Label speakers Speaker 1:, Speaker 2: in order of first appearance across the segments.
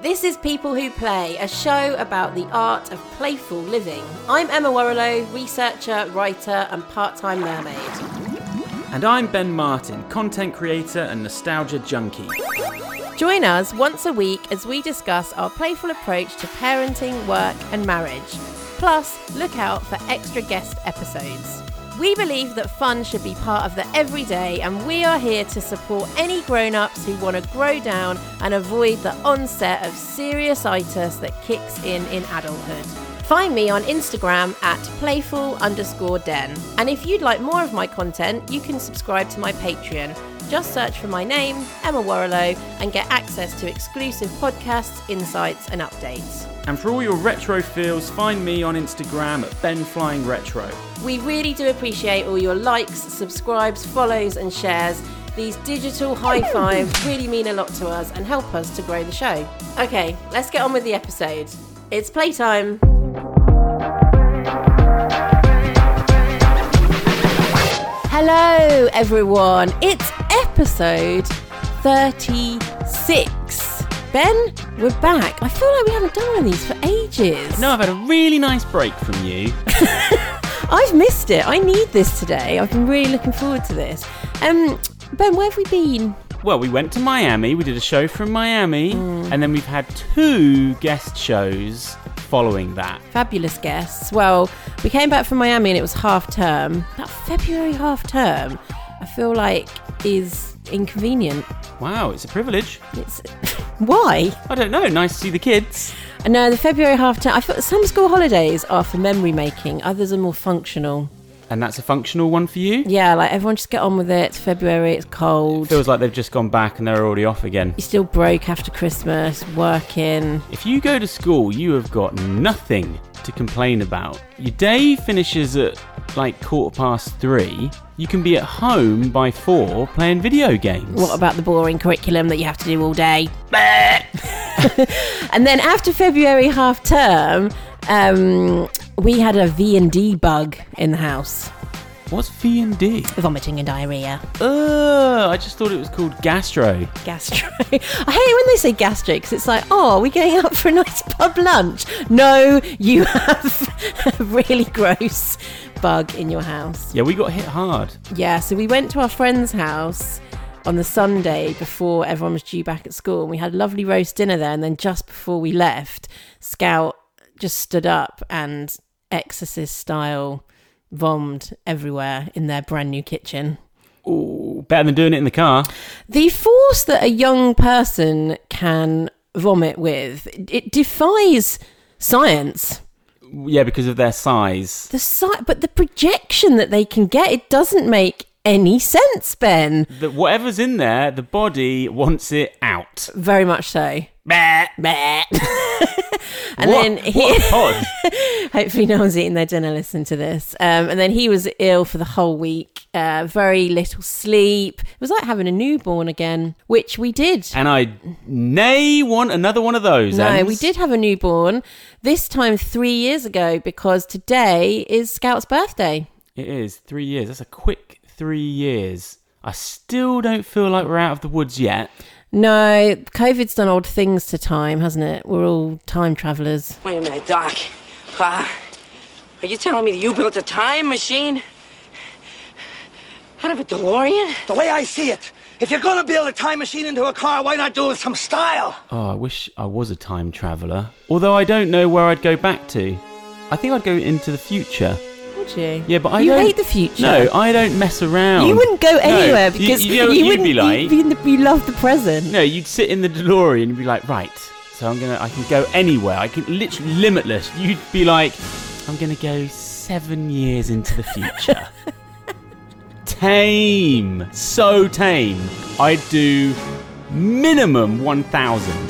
Speaker 1: This is People Who Play, a show about the art of playful living. I'm Emma Warrilow, researcher, writer, and part time mermaid.
Speaker 2: And I'm Ben Martin, content creator and nostalgia junkie.
Speaker 1: Join us once a week as we discuss our playful approach to parenting, work, and marriage. Plus, look out for extra guest episodes. We believe that fun should be part of the everyday, and we are here to support any grown ups who want to grow down and avoid the onset of serious itis that kicks in in adulthood. Find me on Instagram at playful underscore den. And if you'd like more of my content, you can subscribe to my Patreon. Just search for my name, Emma Warrilow, and get access to exclusive podcasts, insights, and updates.
Speaker 2: And for all your retro feels, find me on Instagram at BenFlyingRetro.
Speaker 1: We really do appreciate all your likes, subscribes, follows, and shares. These digital high fives really mean a lot to us and help us to grow the show. Okay, let's get on with the episode. It's playtime. Hello, everyone. It's episode 36. Ben, we're back. I feel like we haven't done one of these for ages.
Speaker 2: No, I've had a really nice break from you.
Speaker 1: I've missed it. I need this today. I've been really looking forward to this. Um, Ben, where have we been?
Speaker 2: well, we went to Miami, we did a show from Miami, and then we've had two guest shows following that.
Speaker 1: Fabulous guests. Well, we came back from Miami and it was half term. That February half term, I feel like is inconvenient.
Speaker 2: Wow, it's a privilege.
Speaker 1: It's why?
Speaker 2: I don't know, nice to see the kids.
Speaker 1: No, the February half term. I feel some school holidays are for memory making. Others are more functional.
Speaker 2: And that's a functional one for you?
Speaker 1: Yeah, like everyone just get on with it. It's February. It's cold.
Speaker 2: Feels like they've just gone back and they're already off again.
Speaker 1: You're still broke after Christmas, working.
Speaker 2: If you go to school, you have got nothing to complain about. Your day finishes at like quarter past three. You can be at home by four playing video games.
Speaker 1: What about the boring curriculum that you have to do all day? and then after February half term, um, we had a V and D bug in the house,
Speaker 2: What's V and D?
Speaker 1: vomiting and diarrhea,
Speaker 2: Uh, I just thought it was called gastro.
Speaker 1: gastro. I hate it when they say gastro because it's like, oh, we're going out for a nice pub lunch. No, you have a really gross bug in your house.
Speaker 2: Yeah, we got hit hard.
Speaker 1: Yeah, so we went to our friend's house on the Sunday before everyone was due back at school, and we had a lovely roast dinner there. And then just before we left, Scout just stood up and exorcist style vommed everywhere in their brand new kitchen.
Speaker 2: Ooh, better than doing it in the car.
Speaker 1: The force that a young person can vomit with it defies science.
Speaker 2: Yeah, because of their size.
Speaker 1: The si- but the projection that they can get it doesn't make any sense, Ben.
Speaker 2: The, whatever's in there, the body wants it out.
Speaker 1: Very much so.
Speaker 2: Bah.
Speaker 1: Bleh. and
Speaker 2: What-
Speaker 1: then he,
Speaker 2: what a pod.
Speaker 1: hopefully no one's eating their dinner listening to this um, and then he was ill for the whole week uh, very little sleep it was like having a newborn again which we did
Speaker 2: and I nay want another one of those.
Speaker 1: no
Speaker 2: Ems.
Speaker 1: we did have a newborn this time three years ago because today is scout's birthday
Speaker 2: It is three years. That's a quick three years. I still don't feel like we're out of the woods yet.
Speaker 1: no covid's done odd things to time hasn't it we're all time travellers
Speaker 3: Wait a minute, Doc. Pa, are you telling me that you built a time machine? Out of a DeLorean?
Speaker 4: The way I see it, if you're gonna build a time machine into a car, why not do it with some style?
Speaker 2: Oh, I wish I was a time traveller. Although I don't know where I'd go back to. I think I'd go into the future.
Speaker 1: would you
Speaker 2: Yeah, but I
Speaker 1: you
Speaker 2: don't.
Speaker 1: hate the future
Speaker 2: No, I don't mess around.
Speaker 1: You wouldn't go
Speaker 2: No,
Speaker 1: anywhere
Speaker 2: you-
Speaker 1: because
Speaker 2: you, know what
Speaker 1: you
Speaker 2: you'd
Speaker 1: wouldn't
Speaker 2: be like.
Speaker 1: you'd in the, you love the present.
Speaker 2: No, you'd sit in the DeLorean and be like, right. So I'm gonna. I can go anywhere. I can literally limitless. You'd be like, I'm gonna go seven years into the future. tame, so tame. I'd do minimum one thousand.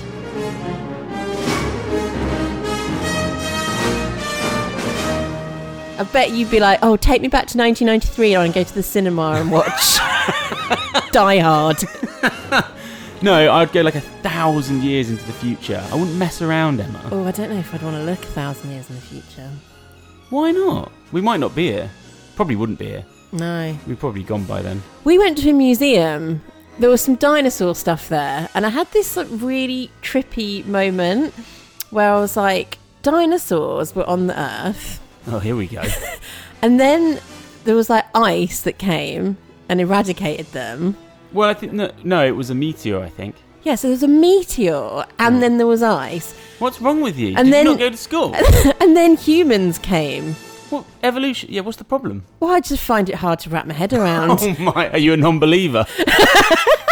Speaker 1: I bet you'd be like, oh, take me back to 1993 and I can go to the cinema and watch Die Hard.
Speaker 2: No, I'd go like a thousand years into the future. I wouldn't mess around, Emma.
Speaker 1: Oh, I don't know if I'd want to look a thousand years in the future.
Speaker 2: Why not? We might not be here. Probably wouldn't be here.
Speaker 1: No.
Speaker 2: We've probably gone by then.
Speaker 1: We went to a museum there was some dinosaur stuff there, and I had this like, really trippy moment where I was like, dinosaurs were on the Earth,
Speaker 2: Oh, here we go.
Speaker 1: and then there was like ice that came and eradicated them.
Speaker 2: well, I think no, no, it was a meteor. I think.
Speaker 1: Yeah, so there was a meteor, and then there was ice,
Speaker 2: What's wrong with you?
Speaker 1: And
Speaker 2: Did
Speaker 1: then-
Speaker 2: you not go to school?
Speaker 1: and then humans came.
Speaker 2: what evolution? Yeah, what's the problem?
Speaker 1: Well, I just find it hard to wrap my head around.
Speaker 2: Oh my! Are you a non-believer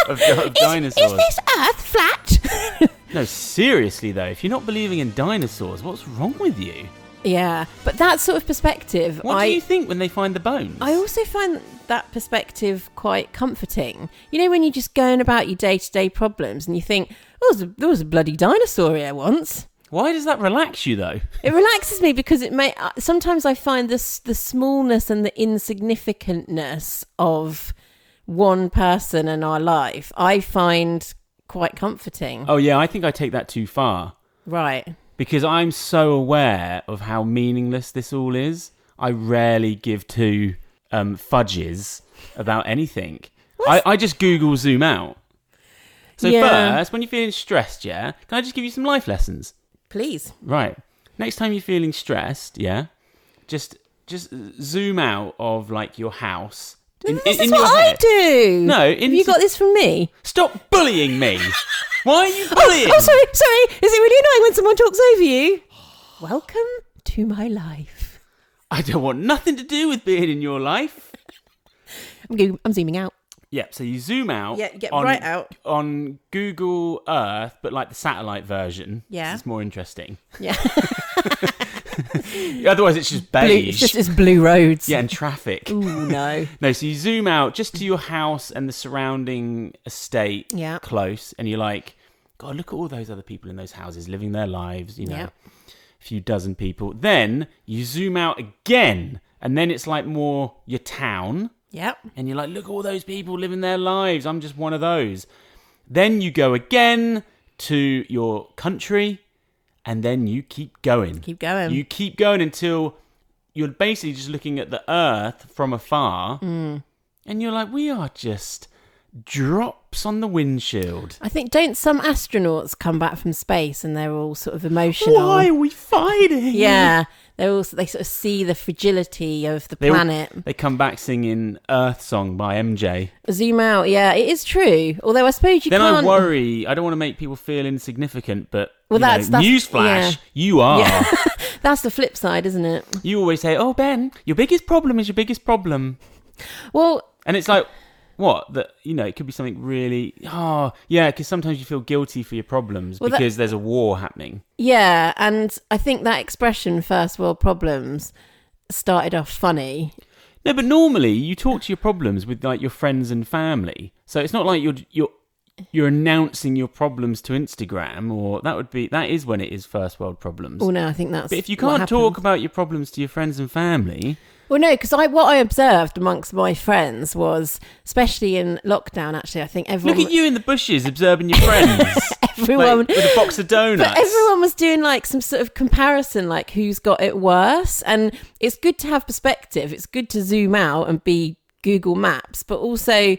Speaker 2: of, of dinosaurs?
Speaker 1: Earth flat?
Speaker 2: No, seriously though, if you're not believing in dinosaurs, what's wrong with you?
Speaker 1: yeah, but that sort of perspective,
Speaker 2: What
Speaker 1: I
Speaker 2: do you think when they find the bones?
Speaker 1: I also find that perspective quite comforting. You know, when you're just going about your day to day problems and you think, oh, there was, a, there was a bloody dinosaur here once.
Speaker 2: Why does that relax you though?
Speaker 1: It relaxes me because it may. uh, Sometimes I find this the smallness and the insignificantness of one person in our life. I find quite comforting.
Speaker 2: Oh yeah, I think I take that too far
Speaker 1: Right.
Speaker 2: because I'm so aware of how meaningless this all is. I rarely give two um, fudges about anything. I, I just Google zoom out. So
Speaker 1: Yeah.
Speaker 2: first, when you're feeling stressed, yeah, can I just give you some life lessons?
Speaker 1: Please.
Speaker 2: Right. Next time you're feeling stressed, yeah, just just zoom out of like your house. In,
Speaker 1: This is what I do.
Speaker 2: No,
Speaker 1: Have you
Speaker 2: into-
Speaker 1: got this from me?
Speaker 2: Stop bullying me. Why are you bullying?
Speaker 1: Oh, sorry, sorry. Is it really annoying when someone talks over you? Welcome to my life.
Speaker 2: I don't want nothing to do with being in your life.
Speaker 1: I'm, go- I'm zooming out.
Speaker 2: Yep. So you zoom out.
Speaker 1: Yeah, you get
Speaker 2: on,
Speaker 1: right out.
Speaker 2: on Google Earth, but like the satellite version.
Speaker 1: Yeah.
Speaker 2: It's more interesting.
Speaker 1: Yeah.
Speaker 2: Otherwise, it's just
Speaker 1: Blue,
Speaker 2: beige.
Speaker 1: it's just it's blue roads.
Speaker 2: yeah, and traffic.
Speaker 1: Ooh, no.
Speaker 2: No, so you zoom out just to your house and the surrounding estate
Speaker 1: Yeah.
Speaker 2: close, and you're like, God, look at all those other people in those houses living their lives, you know,
Speaker 1: Yeah.
Speaker 2: a few dozen people. Then you zoom out again, and then it's like more your town,
Speaker 1: Yep.
Speaker 2: and you're like, look at all those people living their lives. I'm just one of those. Then you go again to your country, and then you keep going.
Speaker 1: Keep going.
Speaker 2: You keep going until you're basically just looking at the earth from afar,
Speaker 1: Mm.
Speaker 2: and you're like, we are just drops on the windshield.
Speaker 1: I think don't some astronauts come back from space and they're all sort of emotional.
Speaker 2: Why are we fighting?
Speaker 1: Yeah. They're all they sort of see the fragility of the
Speaker 2: They, all-
Speaker 1: planet.
Speaker 2: they come back singing Earth Song by MJ.
Speaker 1: Zoom out. Yeah, it is true. Although I suppose you
Speaker 2: then
Speaker 1: can't.
Speaker 2: I worry. I don't want to make people feel insignificant, but
Speaker 1: Well,
Speaker 2: you know,
Speaker 1: that's- that's-
Speaker 2: newsflash,
Speaker 1: yeah.
Speaker 2: you are.
Speaker 1: That's the flip side, isn't it?
Speaker 2: You always say, "Oh, Ben, your biggest problem is your biggest problem,"
Speaker 1: Well,
Speaker 2: and it's like, what? That you know, it could be something really. Oh, yeah, because sometimes you feel guilty for your problems
Speaker 1: Well, that-
Speaker 2: because there's a war happening.
Speaker 1: Yeah, and I think that expression "first world problems" started off funny.
Speaker 2: No, but normally you talk to your problems with like your friends and family, so it's not like you're you're you're announcing your problems to Instagram or that would be that is when it is first world problems.
Speaker 1: Well, Oh, no, I think that's.
Speaker 2: but if you
Speaker 1: what
Speaker 2: can't talk
Speaker 1: happened.
Speaker 2: about your problems to your friends and family,
Speaker 1: well, no, because I what I observed amongst my friends was, especially in lockdown, actually, I think everyone.
Speaker 2: look at you in the bushes observing your friends.
Speaker 1: Everyone-
Speaker 2: like, with a box of donuts.
Speaker 1: But everyone was doing like some sort of comparison, like who's got it worse. And it's good to have perspective. It's good to zoom out and be Google Maps, but also.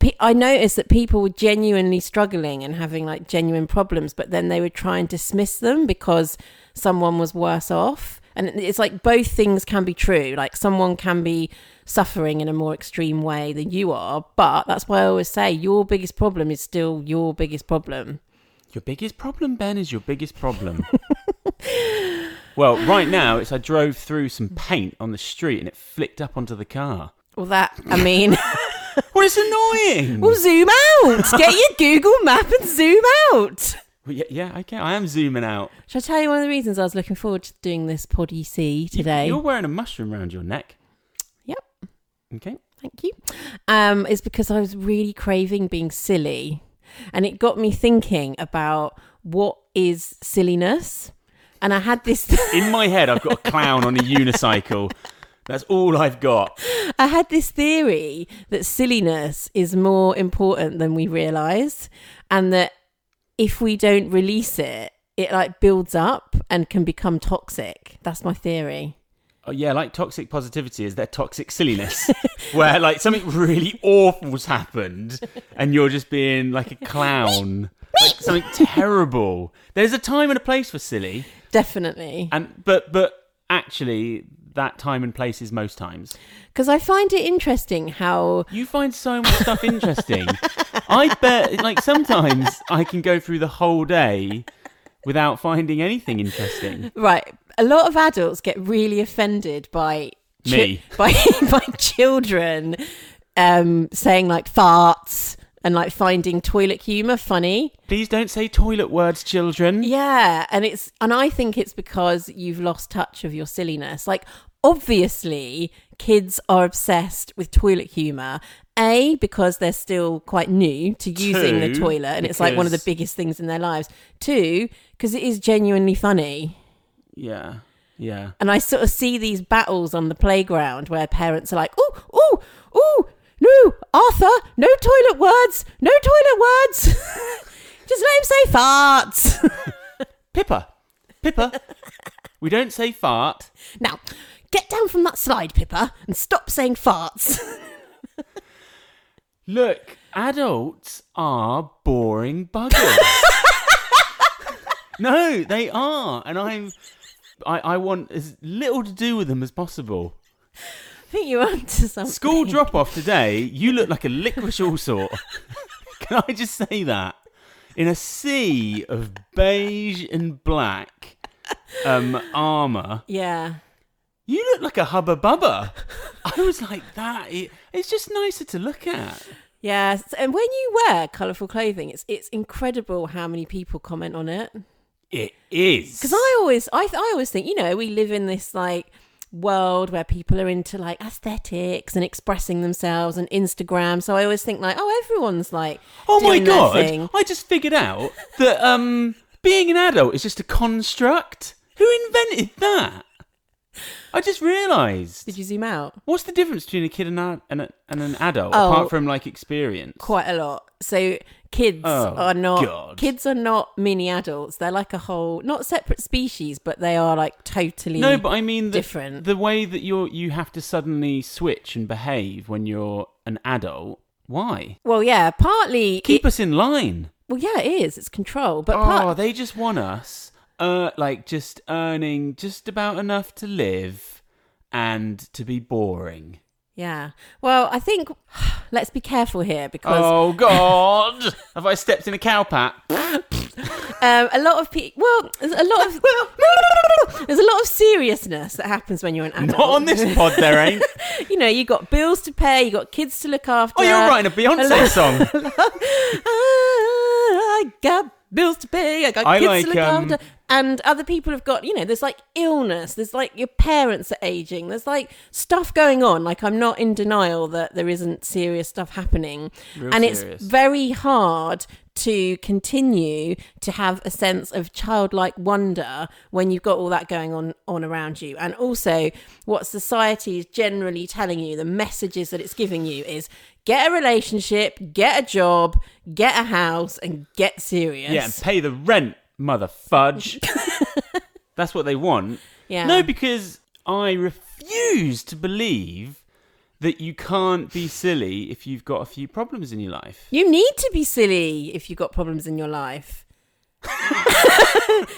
Speaker 1: pe- I noticed that people were genuinely struggling and having like genuine problems, but then they would try and dismiss them because someone was worse off. And it's like both things can be true. Like someone can be suffering in a more extreme way than you are, but that's why I always say your biggest problem is still your biggest problem.
Speaker 2: Your biggest problem, Ben, is your biggest problem. well, right now, it's I drove through some paint on the street and it flicked up onto the car.
Speaker 1: Well, that I mean,
Speaker 2: Well, it's annoying.
Speaker 1: well, zoom out. Get your Google map and zoom out.
Speaker 2: Well, yeah, yeah, okay, I am zooming out.
Speaker 1: Shall I tell you one of the reasons I was looking forward to doing this poddy C today?
Speaker 2: You're wearing a mushroom round your neck.
Speaker 1: Yep,
Speaker 2: Okay.
Speaker 1: thank you. Um, is because I was really craving being silly, and it got me thinking about what is silliness. And I had this,
Speaker 2: In my head, I've got a clown on a unicycle. That's all I've got.
Speaker 1: I had this theory that silliness is more important than we realize, and that if we don't release it, it like builds up and can become toxic. That's my theory.
Speaker 2: oh, yeah, like toxic positivity is their toxic silliness, where like something really awful's happened and you're just being like a clown, like something terrible. There's a time and a place for silly,
Speaker 1: Definitely.
Speaker 2: and but but actually that time and place is most times.
Speaker 1: Because I find it interesting how.
Speaker 2: You find so much stuff interesting. I bet, like, sometimes I can go through the whole day without finding anything interesting.
Speaker 1: Right. A lot of adults get really offended by chi-
Speaker 2: Me.
Speaker 1: by by children um, saying like farts and like finding toilet humor funny.
Speaker 2: Please don't say toilet words, children.
Speaker 1: Yeah, and it's and I think it's because you've lost touch of your silliness. Like obviously, kids are obsessed with toilet humor. A because they're still quite new to using the
Speaker 2: Two,
Speaker 1: toilet and it's like one of the
Speaker 2: because-
Speaker 1: biggest things in their lives. Two, because it is genuinely funny.
Speaker 2: Yeah. Yeah.
Speaker 1: And I sort of see these battles on the playground where parents are like, "Oh, oh, oh, no, Arthur, no toilet words, no toilet words. Just let him say farts."
Speaker 2: Pippa. Pippa. we don't say fart.
Speaker 1: Now, get down from that slide, Pippa, and stop saying farts.
Speaker 2: Look, adults are boring buggers. no, they are. And I'm. I, I want as little to do with them as possible.
Speaker 1: I think you're onto something.
Speaker 2: School drop off today, you look like a licorice all sort. Can I just say that? In a sea of beige and black um, armour,
Speaker 1: Yeah.
Speaker 2: you look like a hubba bubba. I was like, that. i- it's just nicer to look at.
Speaker 1: Yeah. s- And when you wear colourful clothing, it's it's incredible how many people comment on it.
Speaker 2: It is.
Speaker 1: Because I always, I, th- I always think, you know, we live in this like world where people are into like aesthetics and expressing themselves and Instagram. So I always think like, oh, everyone's like,
Speaker 2: Oh my
Speaker 1: doing their thing.
Speaker 2: god! I just figured out that um, being an adult is just a construct. Who invented that? I just realised.
Speaker 1: Did you zoom out?
Speaker 2: What's the difference between a kid and, a, and, a, and an adult
Speaker 1: Oh.
Speaker 2: apart from like experience?
Speaker 1: Quite a lot. So kids
Speaker 2: Oh,
Speaker 1: are not
Speaker 2: God.
Speaker 1: kids are not mini adults. They're like a whole not separate species, but they are like totally
Speaker 2: no, but I mean the,
Speaker 1: different.
Speaker 2: the way that you are you have to suddenly switch and behave when you're an adult. Why?
Speaker 1: well, yeah, partly
Speaker 2: Keep
Speaker 1: it-
Speaker 2: us in line.
Speaker 1: well, yeah, it is. It's control, but part,
Speaker 2: Oh, they just want us uh like just earning just about enough to live and to be boring.
Speaker 1: yeah. Well, I think let's be careful here because
Speaker 2: Oh god. have I stepped in a cow pat? Oh.
Speaker 1: um, a lot of people. Well, there's a lot of there's a lot of seriousness that happens when you're an adult.
Speaker 2: Not on this pod there ain't.
Speaker 1: you know, you got bills to pay, you got kids to look after.
Speaker 2: Oh, you're writing a Beyonce song.
Speaker 1: Ah, I got bills to pay. I got
Speaker 2: I
Speaker 1: kids
Speaker 2: like,
Speaker 1: to look
Speaker 2: um,
Speaker 1: after. And other people have got, you know, there's like illness. There's like your parents are aging. There's like stuff going on. Like I'm not in denial that there isn't serious stuff happening,
Speaker 2: Real
Speaker 1: and it's
Speaker 2: serious.
Speaker 1: very hard to continue to have a sense of childlike wonder when you've got all that going on on around you and also what society is generally telling you the messages that it's giving you is get a relationship get a job get a house and get serious
Speaker 2: Yeah, and pay the rent, mother fudge. That's what they want.
Speaker 1: Yeah.
Speaker 2: No, because I refuse to believe that you can't be silly if you've got a few problems in your life.
Speaker 1: you need to be silly if you've got problems in your life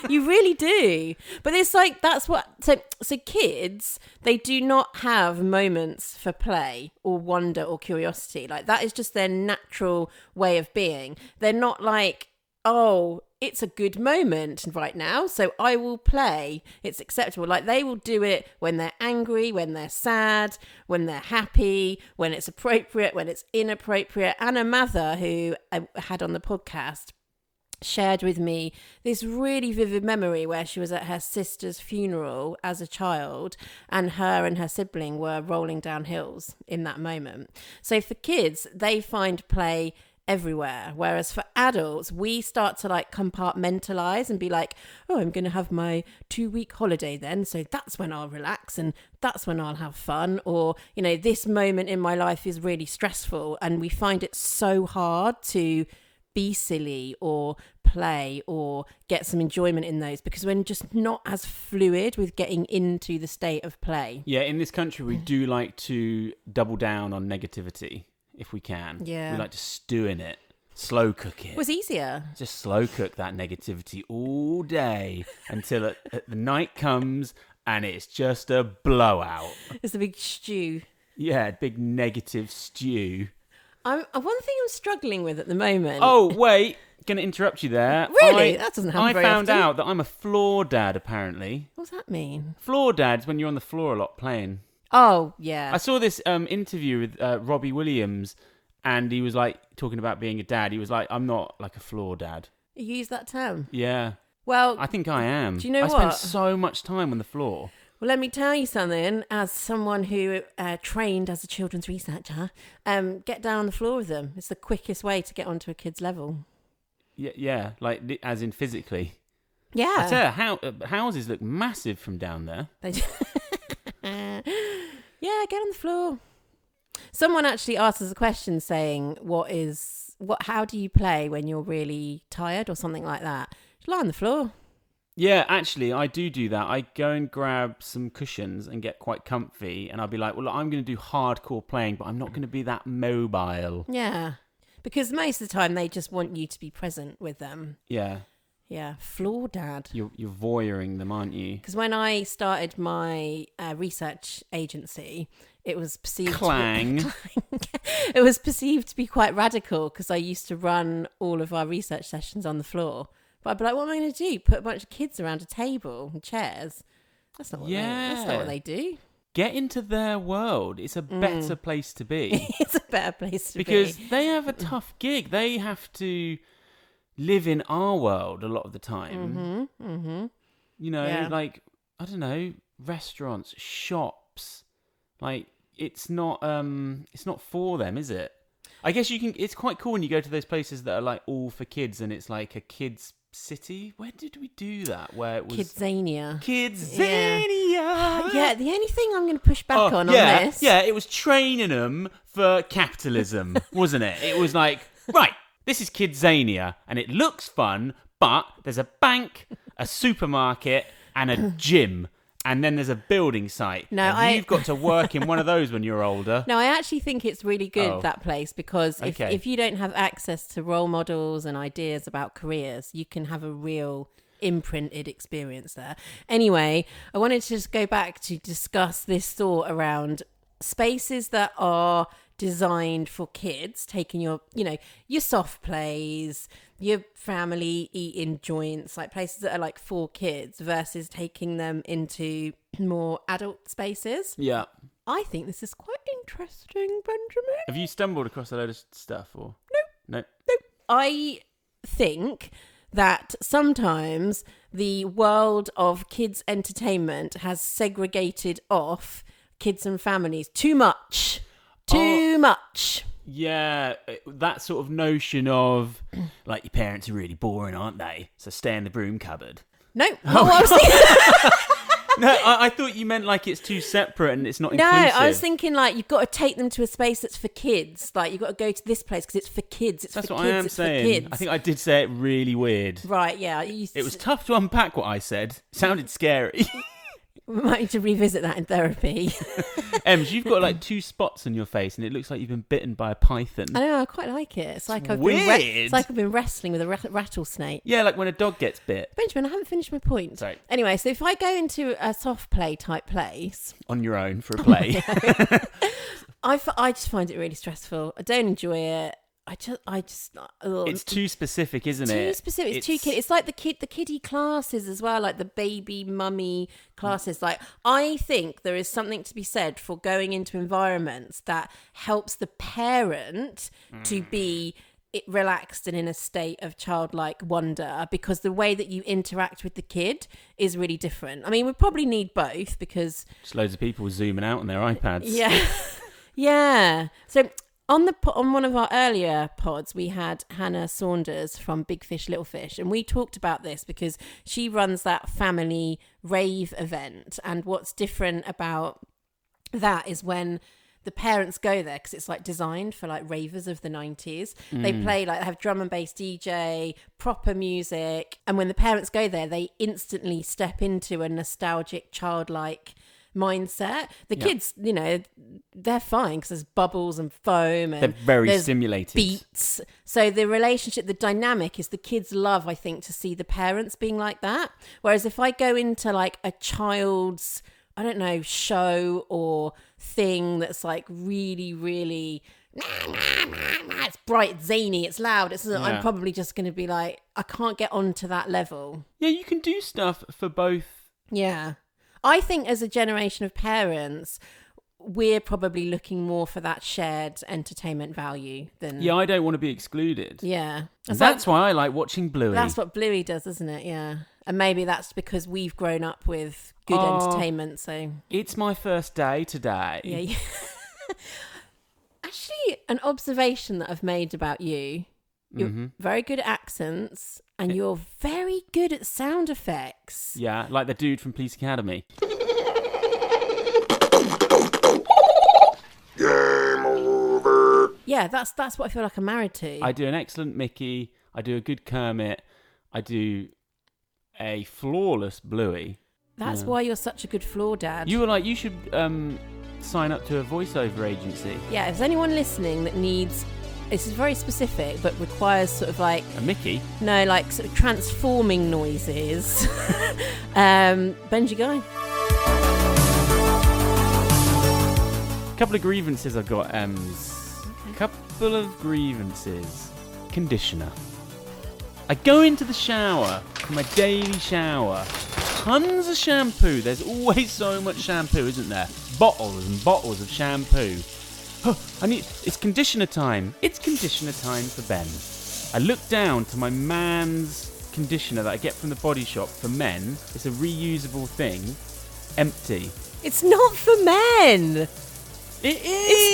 Speaker 1: you really do but it's like that's what so so kids they do not have moments for play or wonder or curiosity like that is just their natural way of being they're not like oh it's a good moment right now so i will play it's acceptable like they will do it when they're angry when they're sad when they're happy when it's appropriate when it's inappropriate anna mather who i had on the podcast shared with me this really vivid memory where she was at her sister's funeral as a child and her and her sibling were rolling down hills in that moment. So for kids, they find play everywhere whereas for adults we start to like compartmentalize and be like oh i'm going to have my 2 week holiday then so that's when i'll relax and that's when i'll have fun or you know this moment in my life is really stressful and we find it so hard to be silly or play or get some enjoyment in those because we're just not as fluid with getting into the state of play.
Speaker 2: Yeah, in this country, we do like to double down on negativity if we can.
Speaker 1: Yeah.
Speaker 2: We like to stew in it, slow cook it.
Speaker 1: It was easier.
Speaker 2: Just slow cook that negativity all day until it, it- the night comes and it's just a blowout.
Speaker 1: It's the big stew.
Speaker 2: Yeah, big negative stew.
Speaker 1: I'm, uh, one thing I'm struggling with at the moment.
Speaker 2: Oh, wait. Going to interrupt you there.
Speaker 1: Really? That doesn't happen
Speaker 2: I
Speaker 1: very
Speaker 2: found
Speaker 1: often.
Speaker 2: out that I'm a floor dad, apparently.
Speaker 1: what does that mean?
Speaker 2: Floor dad's when you're on the floor a lot playing.
Speaker 1: Oh yeah.
Speaker 2: I saw this um, interview with uh, Robbie Williams, and he was like talking about being a dad. He was like, "I'm not like a floor dad."
Speaker 1: you use that term.
Speaker 2: Yeah,
Speaker 1: Well,
Speaker 2: I think I am.
Speaker 1: Do you know
Speaker 2: I spend
Speaker 1: what?
Speaker 2: so much time on the floor.
Speaker 1: Well, let me tell you something. As someone who uh, trained as a children's researcher, um, get down on the floor with them. It's the quickest way to get onto a kid's level.
Speaker 2: Yeah, yeah, like li- as in physically. I tell
Speaker 1: Yeah.
Speaker 2: you, how, uh, houses look massive from down there.
Speaker 1: They do- yeah, get on the floor. Someone actually asked us a question saying, "What is what? How do you play when you're really tired or something like that?" Just lie on the floor.
Speaker 2: Yeah, actually, I do do that. I go and grab some cushions and get quite comfy, and I'll be like, "Well, I'm going to do hardcore playing, but I'm not going to be that mobile."
Speaker 1: Yeah, because most of the time they just want you to be present with them.
Speaker 2: Yeah,
Speaker 1: Yeah, floor dad.
Speaker 2: you're you're voyeuring them, aren't you?
Speaker 1: Because when I started my uh, research agency, it was perceived
Speaker 2: Clang.
Speaker 1: To be, Clang. it was perceived to be quite radical because I used to run all of our research sessions on the floor. But I'd be like, "What am I going to do? Put a bunch of kids around a table and chairs? That's not what. They, that's not
Speaker 2: Yeah.
Speaker 1: what they do.
Speaker 2: get into their world. It's a better place to be
Speaker 1: It's a better place Mm. to
Speaker 2: because
Speaker 1: be. Mm.
Speaker 2: they have a tough gig. They have to live in our world a lot of the time. Mm-hmm, mm-hmm. You know,
Speaker 1: Yeah.
Speaker 2: like I don't know, restaurants, shops. Like it's not um it's not for them, is it? I guess you can it's quite cool when you go to those places that are like all for kids and it's like a kids city. Where did we do that? Where it was
Speaker 1: Kidzania.
Speaker 2: Kids
Speaker 1: Yeah. Yeah, the only thing I'm going to push back
Speaker 2: Oh,
Speaker 1: on
Speaker 2: yeah,
Speaker 1: on this.
Speaker 2: Yeah, it was training them for capitalism, wasn't it? It was like, right, this is Kidzania, and it looks fun, but there's a bank, a supermarket, and a gym. And then there's a building site.
Speaker 1: No,
Speaker 2: and
Speaker 1: I-
Speaker 2: you've got to work in one of those when you're older.
Speaker 1: No, I actually think it's really good
Speaker 2: Oh.
Speaker 1: that place because if,
Speaker 2: Okay.
Speaker 1: if you don't have access to role models and ideas about careers, you can have a real imprinted experience there. Anyway, I wanted to just go back to discuss this thought around spaces that are designed for kids taking your you know your soft plays your family eating joints like places that are like for kids versus taking them into more adult spaces
Speaker 2: Yeah.
Speaker 1: I think this is quite interesting, Benjamin.
Speaker 2: Have you stumbled across a load of stuff or no? No.
Speaker 1: I think that sometimes the world of kids' entertainment has segregated off kids and families too much.
Speaker 2: Oh.
Speaker 1: Too much.
Speaker 2: Yeah, uh, that sort of notion of like your parents are really boring, aren't they? So stay in the broom cupboard.
Speaker 1: No, not what I was
Speaker 2: Oh.
Speaker 1: thinking.
Speaker 2: No, I, I thought you meant like it's too separate and it's not
Speaker 1: no,
Speaker 2: inclusive.
Speaker 1: I was thinking like you've got to take them to a space that's for kids. Like you've got to go to this place because it's for kids. It's
Speaker 2: That's
Speaker 1: for
Speaker 2: what
Speaker 1: kids.
Speaker 2: I am
Speaker 1: it's
Speaker 2: saying.
Speaker 1: for kids.
Speaker 2: I think I did say it really weird.
Speaker 1: right, yeah. You,
Speaker 2: It was tough to unpack what I said. Sounded scary.
Speaker 1: we might need to revisit that in therapy.
Speaker 2: Ems, you've got like two spots on your face, and it looks like you've been bitten by a python.
Speaker 1: I know, I quite like it. It's like I've been re-
Speaker 2: weird.
Speaker 1: it's like I've been wrestling with a ra- rattlesnake.
Speaker 2: Yeah, like when a dog gets bit
Speaker 1: Benjamin, I haven't finished my point.
Speaker 2: Sorry.
Speaker 1: Anyway, so if I go into a soft play type place,
Speaker 2: on your own for a play.
Speaker 1: I, f- I just find it really stressful. I don't enjoy it. I just I just ugh.
Speaker 2: it's too specific, isn't
Speaker 1: too
Speaker 2: it?
Speaker 1: specific. It's, too kid. It's like the kid, the kiddie classes as well, like the baby mummy classes. Like I think there is something to be said for going into environments that helps the parent
Speaker 2: Mm.
Speaker 1: to be it relaxed and in a state of childlike wonder because the way that you interact with the kid is really different. I mean, we probably need both because
Speaker 2: Just loads of people zooming out on their iPads.
Speaker 1: yeah. yeah. So on the po- on one of our earlier pods, we had Hannah Saunders from Big Fish Little Fish, and we talked about this because she runs that family rave event, and what's different about that is when the parents go there because it's like designed for like ravers of the 90s. They
Speaker 2: Mm.
Speaker 1: play like they have drum and bass DJ, proper music. And when the parents go there, they instantly step into a nostalgic, childlike mindset. The kids, you know, they're fine because there's bubbles and foam and
Speaker 2: They're very
Speaker 1: there's
Speaker 2: stimulated.
Speaker 1: Beats. So the relationship, the dynamic is the kids love, I think, to see the parents being like that. Whereas if I go into like a child's, I don't know, show or thing that's like really, really. It's bright, it's zany, it's loud. It's
Speaker 2: Yeah.
Speaker 1: I'm probably just going to be like, I can't get onto that level.
Speaker 2: Yeah, you can do stuff for both.
Speaker 1: Yeah. I think as a generation of parents, we're probably looking more for that shared entertainment value than.
Speaker 2: Yeah, I don't want to be excluded.
Speaker 1: Yeah.
Speaker 2: And
Speaker 1: That's,
Speaker 2: that's why I like watching Bluey.
Speaker 1: that's what Bluey does, isn't it? Yeah. And maybe that's because we've grown up with good
Speaker 2: Oh.
Speaker 1: entertainment. So,
Speaker 2: It's my first day today.
Speaker 1: yeah. yeah. Actually, an observation that I've made about you you're
Speaker 2: Mm-hmm.
Speaker 1: very good at accents
Speaker 2: Eh.
Speaker 1: and you're very good at sound effects.
Speaker 2: Yeah, like the dude from Police Academy.
Speaker 1: Yeah, that's that's what I feel like I'm married to.
Speaker 2: I do an excellent Mickey. I do a good Kermit. I do a flawless Bluey.
Speaker 1: that's why you're such a good floor dad.
Speaker 2: You were like, you should um, sign up to a voiceover agency.
Speaker 1: Yeah, if there's anyone listening that needs, this is very specific, but requires sort of like
Speaker 2: A Mickey?
Speaker 1: no, like sort of transforming noises. um, Benji Guy.
Speaker 2: couple of grievances I've got, Ems. Couple of grievances. Conditioner. I go into the shower, for my daily shower. Tons of shampoo. There's always so much shampoo, isn't there? Bottles and bottles of shampoo. Huh, I need. It's conditioner time. It's conditioner time for Ben. I look down to my man's conditioner that I get from the body shop for men. It's a reusable thing. Empty.
Speaker 1: It's not for men.
Speaker 2: It is.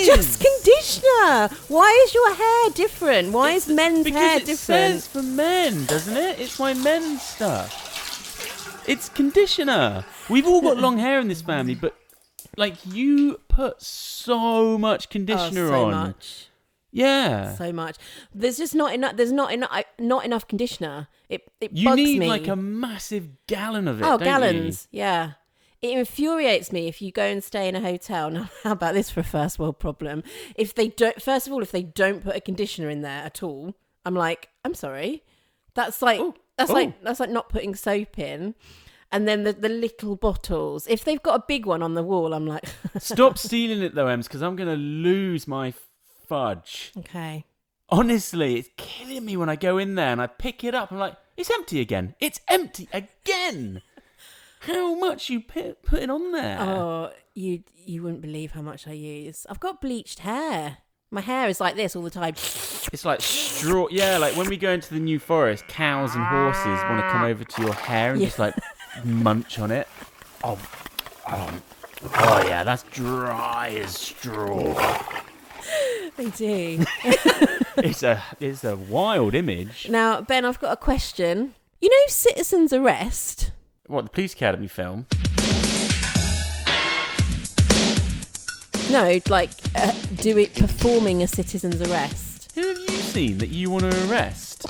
Speaker 1: It's just conditioner. Why is your hair different? Why is men's
Speaker 2: because
Speaker 1: hair
Speaker 2: it
Speaker 1: different?
Speaker 2: says for men, doesn't it? It's my men's stuff. It's conditioner. We've all got long hair in this family, but like you put so much
Speaker 1: Oh,
Speaker 2: conditioner
Speaker 1: so
Speaker 2: on.
Speaker 1: much.
Speaker 2: Yeah.
Speaker 1: So much. There's just not enough. There's not enough. I- Not enough conditioner. It it
Speaker 2: you
Speaker 1: bugs
Speaker 2: need
Speaker 1: me.
Speaker 2: like a massive gallon of it.
Speaker 1: Oh,
Speaker 2: don't you?
Speaker 1: gallons. Yeah. It infuriates me if you go and stay in a hotel. Now, how about this for a first world problem? If they don't, first of all, if they don't put a conditioner in there at all, I'm like, I'm sorry. That's like,
Speaker 2: Oh,
Speaker 1: that's
Speaker 2: oh.
Speaker 1: like, that's like not putting soap in. And then the, the little bottles. If they've got a big one on the wall, I'm like,
Speaker 2: Stop stealing it though, Ems, because I'm gonna lose my fudge.
Speaker 1: okay.
Speaker 2: Honestly, it's killing me when I go in there and I pick it up. I'm like, it's empty again. It's empty again. How much you put putting on there?
Speaker 1: Oh, you you wouldn't believe how much I use. I've got bleached hair. My hair is like this all the time.
Speaker 2: It's like straw. Yeah, like when we go into the new forest, cows and horses want to come over to your hair and just like munch on it. Oh, oh, oh yeah, that's dry as straw.
Speaker 1: I do.
Speaker 2: it's a it's a wild image.
Speaker 1: Now, Ben, I've got a question. You know, citizens arrest.
Speaker 2: What the police academy film?
Speaker 1: No, like uh, do it performing a citizens arrest.
Speaker 2: Who have you seen that you want to arrest?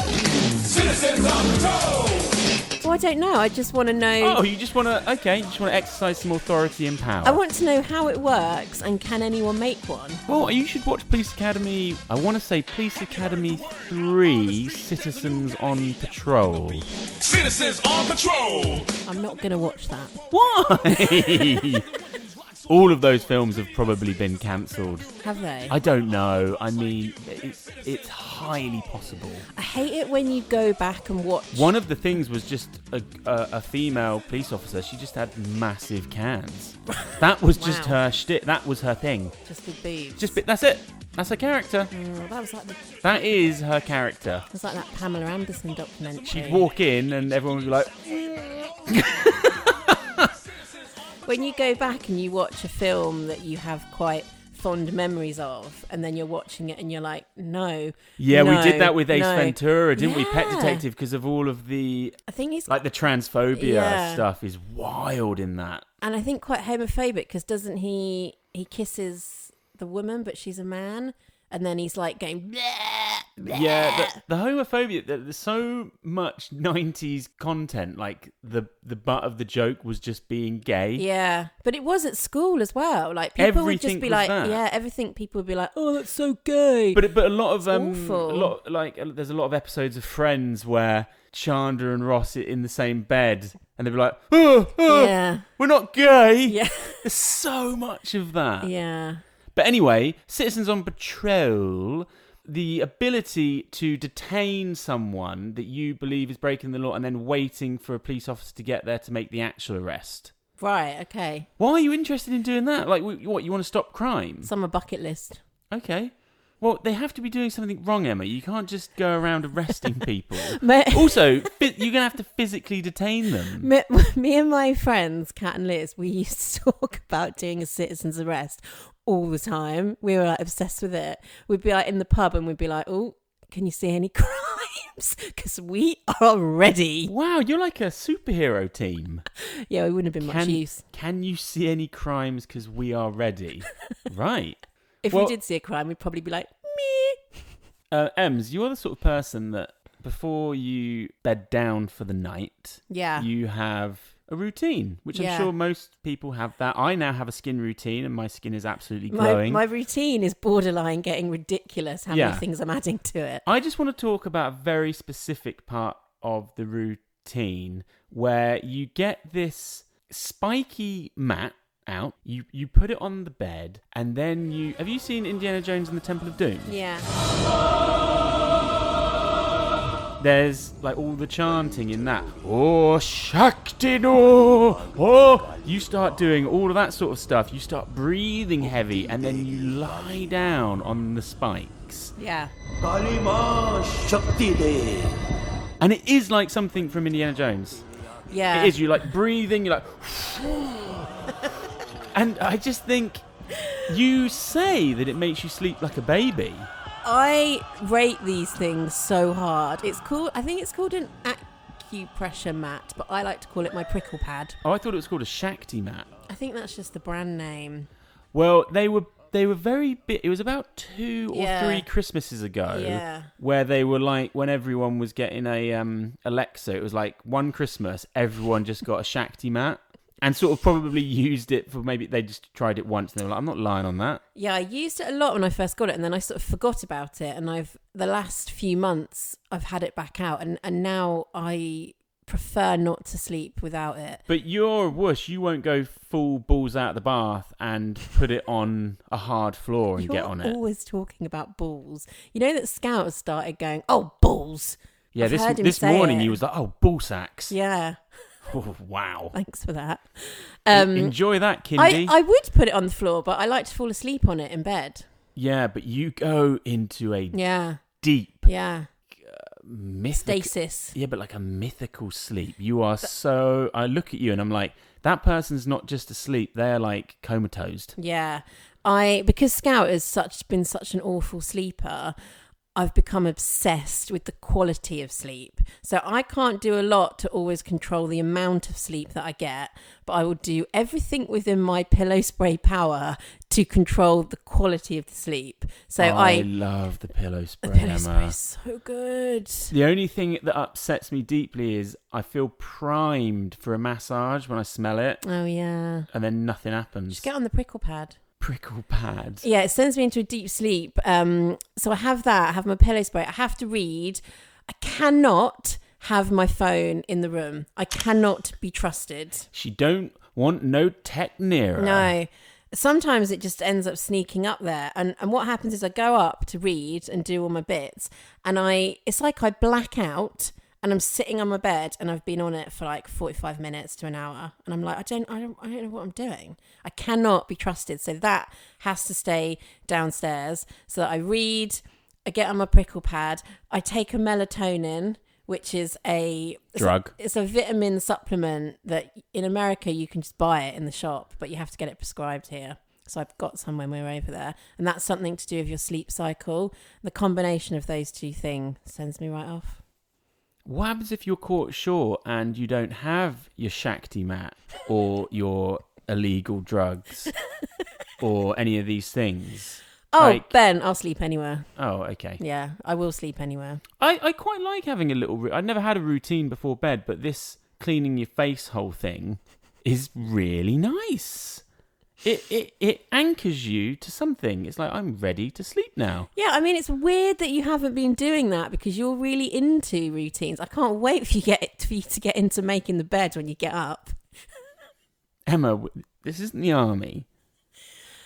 Speaker 1: Well, I don't know. I just want to know.
Speaker 2: Oh, you just want to? Okay, you just want to exercise some authority and power.
Speaker 1: I want to know how it works and can anyone make one?
Speaker 2: Well, you should watch Police Academy. I want to say Police Academy Three: Citizens on Patrol.
Speaker 5: Citizens on patrol.
Speaker 1: I'm not going to watch that.
Speaker 2: Why? All of those films have probably been cancelled.
Speaker 1: Have they?
Speaker 2: I don't know. I mean, it's, it's highly possible.
Speaker 1: I hate it when you go back and watch.
Speaker 2: One of the things was just a, a, a female police officer. She just had massive cans. That was just
Speaker 1: Wow.
Speaker 2: her shtick. That was her thing.
Speaker 1: Just the boobs.
Speaker 2: Just bit. That's it. That's her character.
Speaker 1: Oh, that was like the, that
Speaker 2: That is her character.
Speaker 1: was like that Pamela Anderson documentary.
Speaker 2: She'd walk in and everyone would be like,
Speaker 1: When you go back and you watch a film that you have quite fond memories of, and then you're watching it and you're like, no.
Speaker 2: "Yeah,
Speaker 1: no,
Speaker 2: we did that with Ace
Speaker 1: no.
Speaker 2: Ventura, didn't we? Pet
Speaker 1: Yeah.
Speaker 2: Detective, because of all of the
Speaker 1: I think he's
Speaker 2: like the transphobia
Speaker 1: Yeah.
Speaker 2: stuff is wild in that.
Speaker 1: and I think quite homophobic because doesn't he he kisses the woman, but she's a man. And then he's like going, bleh, bleh.
Speaker 2: Yeah, the, the homophobia. there- There's so much '90s content. Like the the butt of the joke was just being gay.
Speaker 1: Yeah, but it was at school as well. Like people would just
Speaker 2: Everything
Speaker 1: be
Speaker 2: was
Speaker 1: like,
Speaker 2: that.
Speaker 1: yeah, everything. People would be like, oh, that's so gay.
Speaker 2: But it- but a lot of um, a
Speaker 1: awful.
Speaker 2: lot like uh, there's a lot of episodes of Friends where Chandra and Ross are in the same bed and they'd be like, oh, oh,
Speaker 1: Yeah.
Speaker 2: we're not gay.
Speaker 1: yeah,
Speaker 2: There's so much of that.
Speaker 1: yeah,
Speaker 2: But anyway, citizens on patrol, the ability to detain someone that you believe is breaking the law and then waiting for a police officer to get there to make the actual arrest.
Speaker 1: right, okay.
Speaker 2: Why are you interested in doing that? Like, wh- what, you want to stop crime?
Speaker 1: It's on my bucket list.
Speaker 2: Okay. Well, they have to be doing something wrong, Emma. You can't just go around arresting people.
Speaker 1: Ma-
Speaker 2: also, phy- you're going to have to physically detain them.
Speaker 1: Me, me and my friends, Kat and Liz, we used to talk about doing a citizen's arrest all the time. We were like obsessed with it. We'd be like in the pub and we'd be like, "Oh, can you see any crimes? Because we are ready."
Speaker 2: Wow, you're like a superhero team.
Speaker 1: Yeah, we wouldn't have been much
Speaker 2: Can,
Speaker 1: use.
Speaker 2: can you see any crimes because we are ready? right.
Speaker 1: If
Speaker 2: well-
Speaker 1: we did see a crime, we'd probably be like, "Me."
Speaker 2: Uh, Ems, you're the sort of person that before you bed down for the night,
Speaker 1: Yeah.
Speaker 2: you have a routine, which
Speaker 1: Yeah.
Speaker 2: I'm sure most people have that. I now have a skin routine and my skin is absolutely
Speaker 1: My,
Speaker 2: glowing.
Speaker 1: my routine is borderline getting ridiculous how many
Speaker 2: Yeah.
Speaker 1: things I'm adding to it.
Speaker 2: I just want to talk about a very specific part of the routine where you get this spiky mat out, you you put it on the bed, and then you have you seen Indiana Jones and the Temple of Doom?
Speaker 1: Yeah.
Speaker 2: There's like all the chanting in that. Oh, Shakti no! Oh, you start doing all of that sort of stuff. You start breathing heavy, and then you lie down on the spikes.
Speaker 1: Yeah.
Speaker 2: And it is like something from Indiana Jones.
Speaker 1: Yeah.
Speaker 2: It is. You're like breathing. You're like, and I just think you say that it makes you sleep like a baby.
Speaker 1: I rate these things so hard. It's called, I think it's called an acupressure mat, but I like to call it my prickle pad.
Speaker 2: Oh, I thought it was called a Shakti mat.
Speaker 1: I think that's just the brand name.
Speaker 2: Well, they were they were very bit. It was about two or
Speaker 1: Yeah.
Speaker 2: three Christmases ago,
Speaker 1: Yeah.
Speaker 2: where they were like when everyone was getting a um, Alexa. It was like one Christmas, everyone just got a Shakti mat. And sort of probably used it for maybe they just tried it once and they were like, I'm not lying on that.
Speaker 1: Yeah, I used it a lot when I first got it, and then I sort of forgot about it. And I've the last few months I've had it back out, and and now I prefer not to sleep without it.
Speaker 2: But you're a whoosh. You won't go full balls out of the bath and put it on a hard floor and
Speaker 1: You're
Speaker 2: get on it.
Speaker 1: always talking about balls. You know that Scouts started going, "Oh, balls."
Speaker 2: yeah,
Speaker 1: I've
Speaker 2: this
Speaker 1: heard him
Speaker 2: this
Speaker 1: say
Speaker 2: morning
Speaker 1: it.
Speaker 2: you was like, oh, ball sacks.
Speaker 1: Yeah,
Speaker 2: Oh, wow.
Speaker 1: thanks for that.
Speaker 2: Enjoy that,
Speaker 1: Um, I,
Speaker 2: Kindy.
Speaker 1: I would put it on the floor, but I like to fall asleep on it in bed.
Speaker 2: Yeah, but you go into a
Speaker 1: Yeah,
Speaker 2: deep
Speaker 1: yeah.
Speaker 2: mythical.
Speaker 1: Stasis.
Speaker 2: Yeah, but like a mythical sleep. You are so. I look at you and I'm like, that person's not just asleep. They're like comatosed.
Speaker 1: Yeah. I because Scout has such been such an awful sleeper, I've become obsessed with the quality of sleep. So I can't do a lot to always control the amount of sleep that I get, but I will do everything within my pillow spray power to control the quality of the sleep. So I,
Speaker 2: Oh, love the pillow spray,
Speaker 1: the pillow spray
Speaker 2: Emma.
Speaker 1: is so good.
Speaker 2: The only thing that upsets me deeply is I feel primed for a massage when I smell it,
Speaker 1: Oh yeah.
Speaker 2: and then nothing happens.
Speaker 1: Just get on the prickle pad.
Speaker 2: Prickle pads.
Speaker 1: Yeah, it sends me into a deep sleep. Um, so I have that. I have my pillow spray. I have to read. I cannot have my phone in the room. I cannot be trusted.
Speaker 2: She don't want no tech near her.
Speaker 1: No. Sometimes it just ends up sneaking up there. And, and what happens is I go up to read and do all my bits. And I, it's like I black out and I'm sitting on my bed and I've been on it for like 45 minutes to an hour. And I'm like, I don't, I don't, I don't know what I'm doing. I cannot be trusted. So that has to stay downstairs so that I read, I get on my prickle pad, I take a melatonin. Which is a it's a-
Speaker 2: Drug.
Speaker 1: it's a vitamin supplement that in America you can just buy it in the shop, but you have to get it prescribed here. So I've got some when we we're over there, and that's something to do with your sleep cycle. The combination of those two things sends me right off.
Speaker 2: What happens if you're caught short and you don't have your Shakti mat or your illegal drugs? or any of these things.
Speaker 1: Oh,
Speaker 2: Like-
Speaker 1: Ben, I'll sleep anywhere.
Speaker 2: Oh, okay.
Speaker 1: Yeah, I will sleep anywhere.
Speaker 2: I, I quite like having a little. Ru- I never had a routine before bed, but this cleaning your face whole thing is really nice. It it it anchors you to something. It's like I'm ready to sleep now.
Speaker 1: Yeah, I mean, it's weird that you haven't been doing that because you're really into routines. I can't wait for you get for you to get into making the bed when you get up.
Speaker 2: Emma, w- this isn't the army.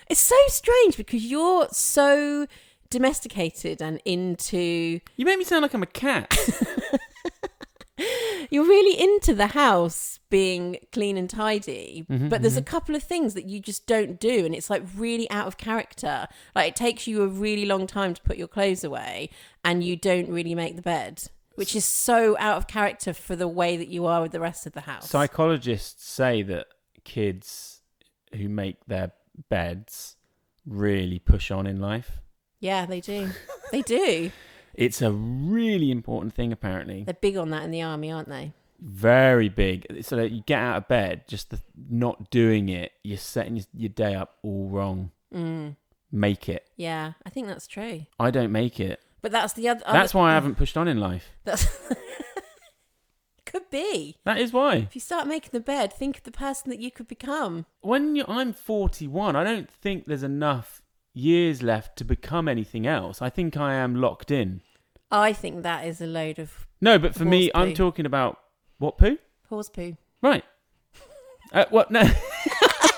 Speaker 1: It's so strange because you're so domesticated and into
Speaker 2: You make me sound like I'm a cat.
Speaker 1: you're really into the house being clean and tidy
Speaker 2: Mm-hmm,
Speaker 1: but there's a couple of things that you just don't do and it's like really out of character like it takes you a really long time to put your clothes away and you don't really make the bed which is so out of character for the way that you are with the rest of the house
Speaker 2: Psychologists say that kids who make their beds really push on in life.
Speaker 1: yeah they do they do
Speaker 2: It's a really important thing, apparently.
Speaker 1: they're big on that in the army aren't they
Speaker 2: Very big. So that you get out of bed, just the, not doing it, you're setting your, your day up all wrong. Make it.
Speaker 1: yeah i think that's true
Speaker 2: I don't make it.
Speaker 1: but that's the other
Speaker 2: That's
Speaker 1: other-
Speaker 2: why I haven't pushed on in life.
Speaker 1: that's could be
Speaker 2: That is why.
Speaker 1: if you start making the bed think of the person that you could become
Speaker 2: when you, I'm 41, I don't think there's enough years left to become anything else. I think I am locked in.
Speaker 1: I think that is a load of
Speaker 2: No, but for
Speaker 1: Horse
Speaker 2: me,
Speaker 1: poo.
Speaker 2: I'm talking about what poo?
Speaker 1: horse poo.
Speaker 2: Right. Uh, what? No.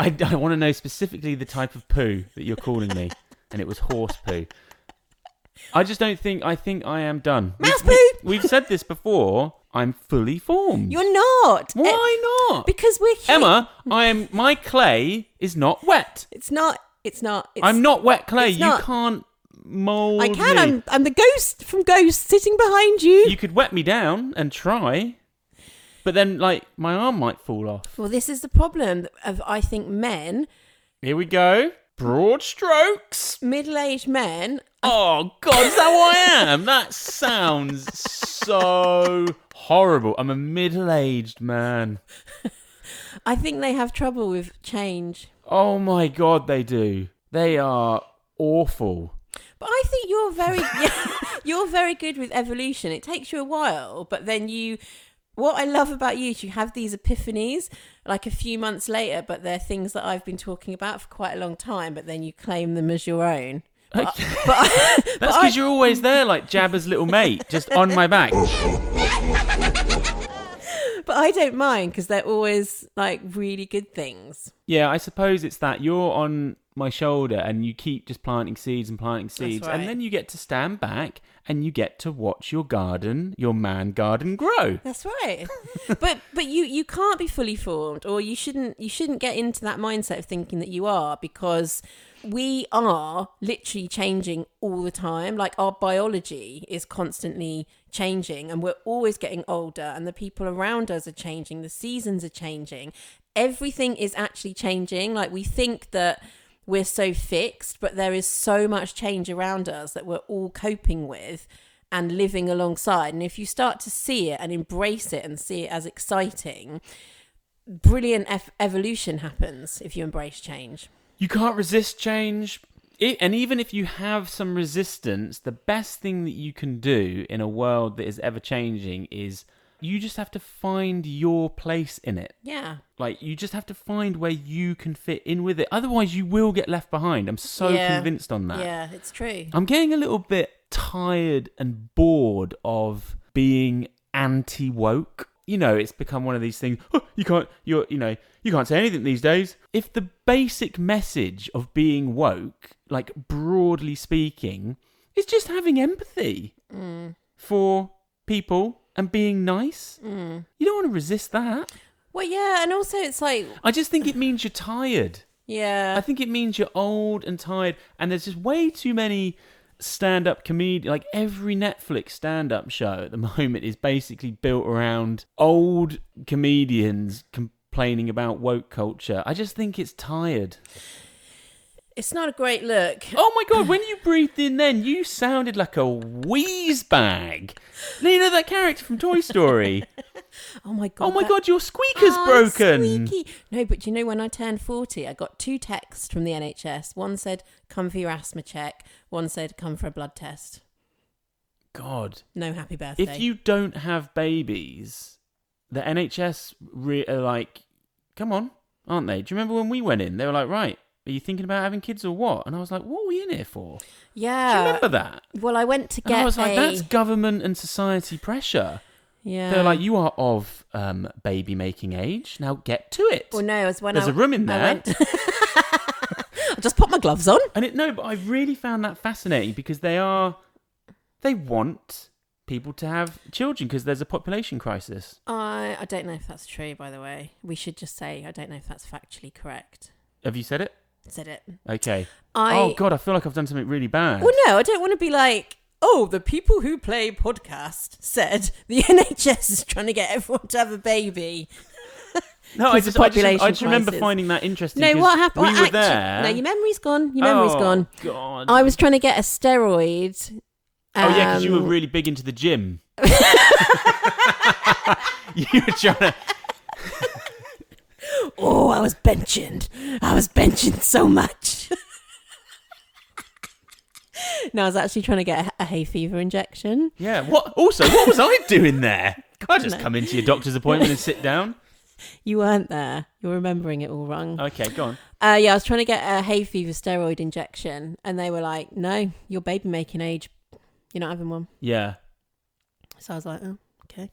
Speaker 2: I, I want to know specifically the type of poo that you're calling me, and it was horse poo. I just don't think. I think I am done.
Speaker 1: Mouse
Speaker 2: We've-
Speaker 1: poo!
Speaker 2: We, have said this before. I'm fully formed.
Speaker 1: You're not. Eh,
Speaker 2: Why not?
Speaker 1: Because we're hu-
Speaker 2: Emma, I am. My clay is not wet.
Speaker 1: It's not. It's not. It's,
Speaker 2: I'm not wet clay.
Speaker 1: it's
Speaker 2: You
Speaker 1: not-
Speaker 2: can't mold.
Speaker 1: I can.
Speaker 2: Me.
Speaker 1: I'm. I'm the ghost from Ghost sitting behind you.
Speaker 2: You could wet me down and try, but then like my arm might fall off.
Speaker 1: Well, this is the problem of I think men,
Speaker 2: Here we go. Broad strokes.
Speaker 1: middle-aged men.
Speaker 2: Oh God, is that what I am? That sounds so horrible. I'm a middle-aged man.
Speaker 1: I think they have trouble with change.
Speaker 2: Oh my God, they do. They are awful.
Speaker 1: But I think you're very. you're very good with evolution. It takes you a while, but then you. What I love about you is you have these epiphanies like a few months later, but they're things that I've been talking about for quite a long time, but then you claim them as your own.
Speaker 2: That's because you're always there, like Jabba's little mate, just on my back.
Speaker 1: But I don't mind because they're always like really good things.
Speaker 2: Yeah, I suppose it's that you're on my shoulder and you keep just planting seeds and planting seeds,
Speaker 1: right.
Speaker 2: and then you get to stand back and you get to watch your garden, your man garden, grow.
Speaker 1: That's right. but but you you can't be fully formed, or you shouldn't you shouldn't get into that mindset of thinking that you are because we are literally changing all the time. Like our biology is constantly changing, and we're always getting older, and the people around us are changing, the seasons are changing, everything is actually changing. Like we think that we're so fixed, but there is so much change around us that we're all coping with and living alongside. And if you start to see it and embrace it and see it as exciting, brilliant ev- evolution happens if you embrace change.
Speaker 2: You can't resist change. It, and even if you have some resistance, the best thing that you can do in a world that is ever changing is you just have to find your place in it.
Speaker 1: Yeah.
Speaker 2: Like you just have to find where you can fit in with it. Otherwise, you will get left behind. I'm so
Speaker 1: Yeah.
Speaker 2: convinced on that.
Speaker 1: Yeah, it's true.
Speaker 2: I'm getting a little bit tired and bored of being anti woke. You know, it's become one of these things. "Oh, you can't, you're, you know, you can't say anything these days. If the basic message of being woke, like broadly speaking, is just having empathy for people and being nice, you don't want to resist that.
Speaker 1: Well, yeah, and also it's like,
Speaker 2: I just think it means you're tired. I
Speaker 1: yeah,
Speaker 2: think it means you're old and tired, and there's just way too many stand-up comedians. Like every Netflix stand-up show at the moment is basically built around old comedians complaining about woke culture. I just think it's tired.
Speaker 1: It's not a great look.
Speaker 2: Oh my god, when you breathed in then, you sounded like a wheeze bag. You know that character from Toy Story.
Speaker 1: Oh my god.
Speaker 2: oh my
Speaker 1: that-
Speaker 2: god, your squeaker's
Speaker 1: Oh,
Speaker 2: broken.
Speaker 1: squeaky. No, but you know, when I turned 40, I got two texts from the NHS. One said, come for your asthma check. One said, come for a blood test.
Speaker 2: God.
Speaker 1: No happy birthday.
Speaker 2: If you don't have babies, the NHS re- are like, come on, aren't they? Do you remember when we went in? They were like, right, are you thinking about having kids or what? And I was like, what are we in here for? Do
Speaker 1: yeah.
Speaker 2: you remember that?
Speaker 1: Well, I went to
Speaker 2: And
Speaker 1: Oh, get
Speaker 2: I was like,
Speaker 1: a-
Speaker 2: that's government and society pressure.
Speaker 1: yeah.
Speaker 2: They're like, you are of um, baby making age. Now get to it.
Speaker 1: Well, no, it was when
Speaker 2: There's
Speaker 1: I,
Speaker 2: a room in
Speaker 1: I
Speaker 2: there.
Speaker 1: went- I just put my gloves on.
Speaker 2: And it no, but I really found that fascinating because they are they want people to have children because there's a population crisis.
Speaker 1: I I don't know if that's true, by the way. We should just say I don't know if that's factually correct.
Speaker 2: Have you said it?
Speaker 1: Said it.
Speaker 2: Okay.
Speaker 1: I
Speaker 2: oh god, I feel like I've done something really bad.
Speaker 1: Well, no, I don't want to be like, oh, the people who play podcast said the NHS is trying to get everyone to have a baby.
Speaker 2: no, I
Speaker 1: it's a
Speaker 2: just, I just, I
Speaker 1: population
Speaker 2: just remember
Speaker 1: crisis.
Speaker 2: finding that interesting.
Speaker 1: No,
Speaker 2: 'cause
Speaker 1: what happened?
Speaker 2: We
Speaker 1: what
Speaker 2: were
Speaker 1: actu-
Speaker 2: there.
Speaker 1: No, your memory's gone. Your memory's
Speaker 2: oh,
Speaker 1: gone.
Speaker 2: God.
Speaker 1: I was trying to get a steroid.
Speaker 2: oh yeah, because you were
Speaker 1: um,
Speaker 2: really big into the gym. you were trying to.
Speaker 1: Oh, I was benching. I was benching so much. no, I was actually trying to get a, a hay fever injection.
Speaker 2: Yeah. What? Also, what was I doing there? I just
Speaker 1: know.
Speaker 2: come into your doctor's appointment and sit down.
Speaker 1: You weren't there. You're remembering it all wrong.
Speaker 2: Okay, go on.
Speaker 1: Uh, yeah, I was trying to get a hay fever steroid injection, and they were like, "No, you're baby making age. You're not having one."
Speaker 2: Yeah.
Speaker 1: So I was like, "Oh, okay."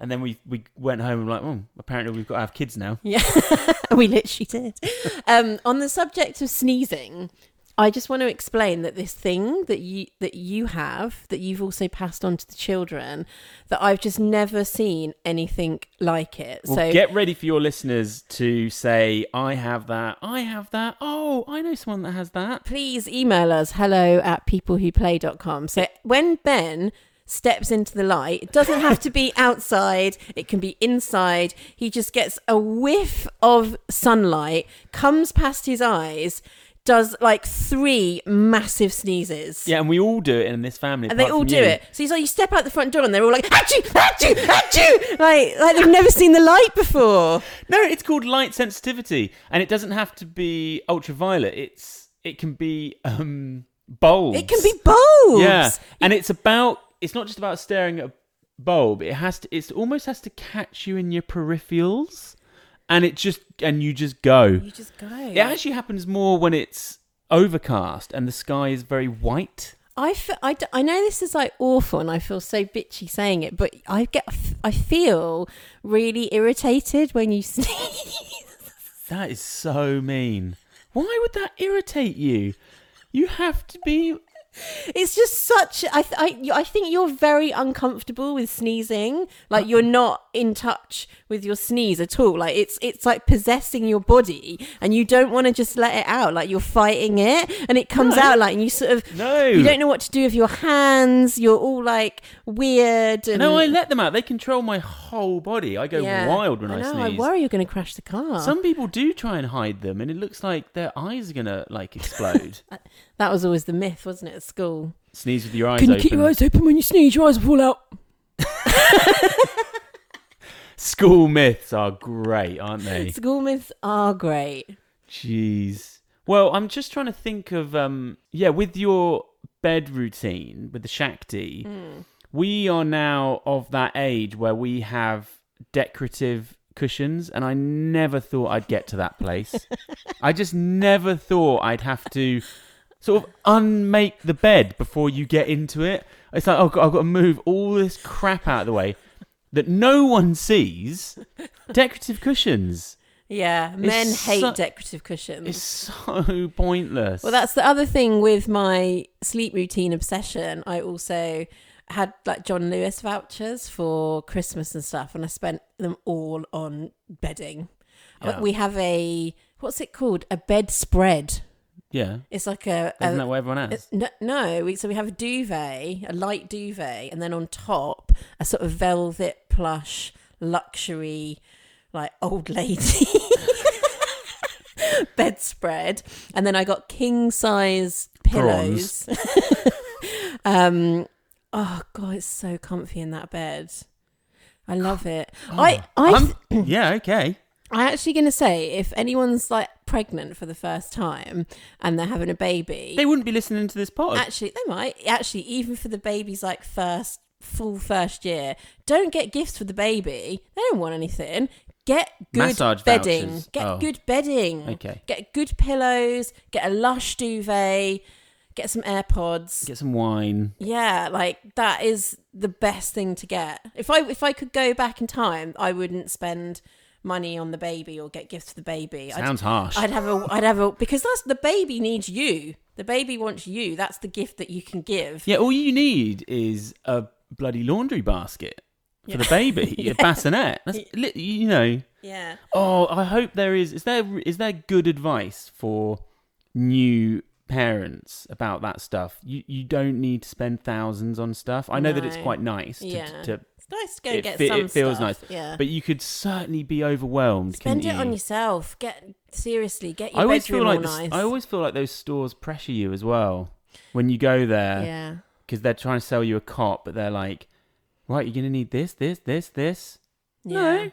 Speaker 2: And then we, we went home and were like, oh, apparently we've got to have kids now.
Speaker 1: Yeah, and we literally did. Um, on the subject of sneezing, I just want to explain that this thing that you that you have that you've also passed on to the children that I've just never seen anything like it.
Speaker 2: Well,
Speaker 1: so
Speaker 2: get ready for your listeners to say, I have that, I have that, oh, I know someone that has that.
Speaker 1: please email us hello at peoplewhoplay.com. So when Ben steps into the light, it doesn't have to be outside, it can be inside. He just gets a whiff of sunlight, comes past his eyes, does like three massive sneezes.
Speaker 2: Yeah, and we all do it in this family.
Speaker 1: And they
Speaker 2: apart
Speaker 1: all
Speaker 2: from
Speaker 1: do
Speaker 2: you.
Speaker 1: it. So he's like, you step out the front door, and they're all like, "Achoo, achoo, achoo!" Like, like they've never seen the light before.
Speaker 2: No, it's called light sensitivity. And it doesn't have to be ultraviolet. It's It can be um, bulbs.
Speaker 1: It can be bulbs.
Speaker 2: Yeah, and it's about it's not just about staring at a bulb. It has to. It's almost has to catch you in your peripherals, and it just and you just go.
Speaker 1: You just go.
Speaker 2: It actually happens more when it's overcast and the sky is very white.
Speaker 1: I, f- I, d- I know this is like awful and I feel so bitchy saying it, but I get I feel really irritated when you sneeze.
Speaker 2: That is so mean. Why would that irritate you? You have to be.
Speaker 1: it's just such I, th- I you- I think you're very uncomfortable with sneezing. Like you're not in touch with your sneeze at all. Like it's it's like possessing your body and you don't want to just let it out. Like you're fighting it and it comes out like and you sort of
Speaker 2: No.
Speaker 1: you don't know what to do with your hands. You're all like weird and
Speaker 2: No, I let them out. They control my whole body. I go
Speaker 1: Yeah.
Speaker 2: wild when I,
Speaker 1: know, I
Speaker 2: sneeze.
Speaker 1: worry you're going to crash the car.
Speaker 2: Some people do try and hide them, and it looks like their eyes are gonna like explode.
Speaker 1: That was always the myth, wasn't it, at school?
Speaker 2: Sneeze with your eyes
Speaker 1: Can you
Speaker 2: open.
Speaker 1: keep your eyes open when you sneeze? Your eyes will fall out.
Speaker 2: School myths are great, aren't they?
Speaker 1: School myths are great.
Speaker 2: Jeez. Well, I'm just trying to think of um yeah, with your bed routine with the Shakti, we are now of that age where we have decorative cushions and I never thought I'd get to that place. I just never thought I'd have to sort of unmake the bed before you get into it. It's like, oh god, I've got to move all this crap out of the way that no one sees. Decorative cushions.
Speaker 1: Yeah, men
Speaker 2: It's
Speaker 1: hate
Speaker 2: su-
Speaker 1: decorative cushions.
Speaker 2: It's so pointless.
Speaker 1: Mm. Well, that's the other thing with my sleep routine obsession. I also had like John Lewis vouchers for Christmas and stuff, and I spent them all on bedding. Uh,
Speaker 2: Yeah.
Speaker 1: We have a what's it called? A bed spread.
Speaker 2: yeah.
Speaker 1: It's like a,
Speaker 2: Isn't
Speaker 1: a
Speaker 2: that what everyone has?
Speaker 1: No, no. We, so we have a duvet, a light duvet, and then on top a sort of velvet plush luxury, like old lady. bedspread, and then I got king size pillows. um, oh god, it's so comfy in that bed. I love it. I I
Speaker 2: Oh. I'm- yeah, okay.
Speaker 1: I'm actually going to say if anyone's like pregnant for the first time and they're having a baby,
Speaker 2: They wouldn't be listening to this pod.
Speaker 1: actually they might actually even for the baby's like first full first year don't get gifts for the baby they don't want anything get good
Speaker 2: Massage
Speaker 1: bedding
Speaker 2: vouchers.
Speaker 1: get
Speaker 2: Oh.
Speaker 1: good bedding
Speaker 2: Okay.
Speaker 1: get good pillows get a lush duvet get some airpods
Speaker 2: Get some wine.
Speaker 1: yeah like that is the best thing to get if i if i could go back in time i wouldn't spend money on the baby or get gifts for the baby I'd-
Speaker 2: Sounds harsh.
Speaker 1: I'd have a, I'd have a, because that's the baby needs you. The baby wants you. That's the gift that you can give.
Speaker 2: Yeah, all you need is a bloody laundry basket for the baby, a bassinet. That's li- you know.
Speaker 1: Yeah.
Speaker 2: Oh, I hope there is. Is there is there good advice for new parents about that stuff? You you don't need to spend thousands on stuff. I know that it's
Speaker 1: No.
Speaker 2: quite nice. To,
Speaker 1: Yeah.
Speaker 2: to,
Speaker 1: It's nice to go
Speaker 2: it,
Speaker 1: get
Speaker 2: fe-
Speaker 1: some
Speaker 2: it feels
Speaker 1: stuff.
Speaker 2: nice.
Speaker 1: Yeah.
Speaker 2: But you could certainly be overwhelmed.
Speaker 1: spend it
Speaker 2: couldn't
Speaker 1: on
Speaker 2: you?
Speaker 1: yourself. Get seriously, get your
Speaker 2: I always
Speaker 1: bedroom
Speaker 2: feel like
Speaker 1: all
Speaker 2: the s-
Speaker 1: nice.
Speaker 2: I always feel like those stores pressure you as well when you go there
Speaker 1: yeah.
Speaker 2: because they're trying to sell you a cot, but they're like, right, you're gonna need this, this, this, this.
Speaker 1: Yeah.
Speaker 2: No,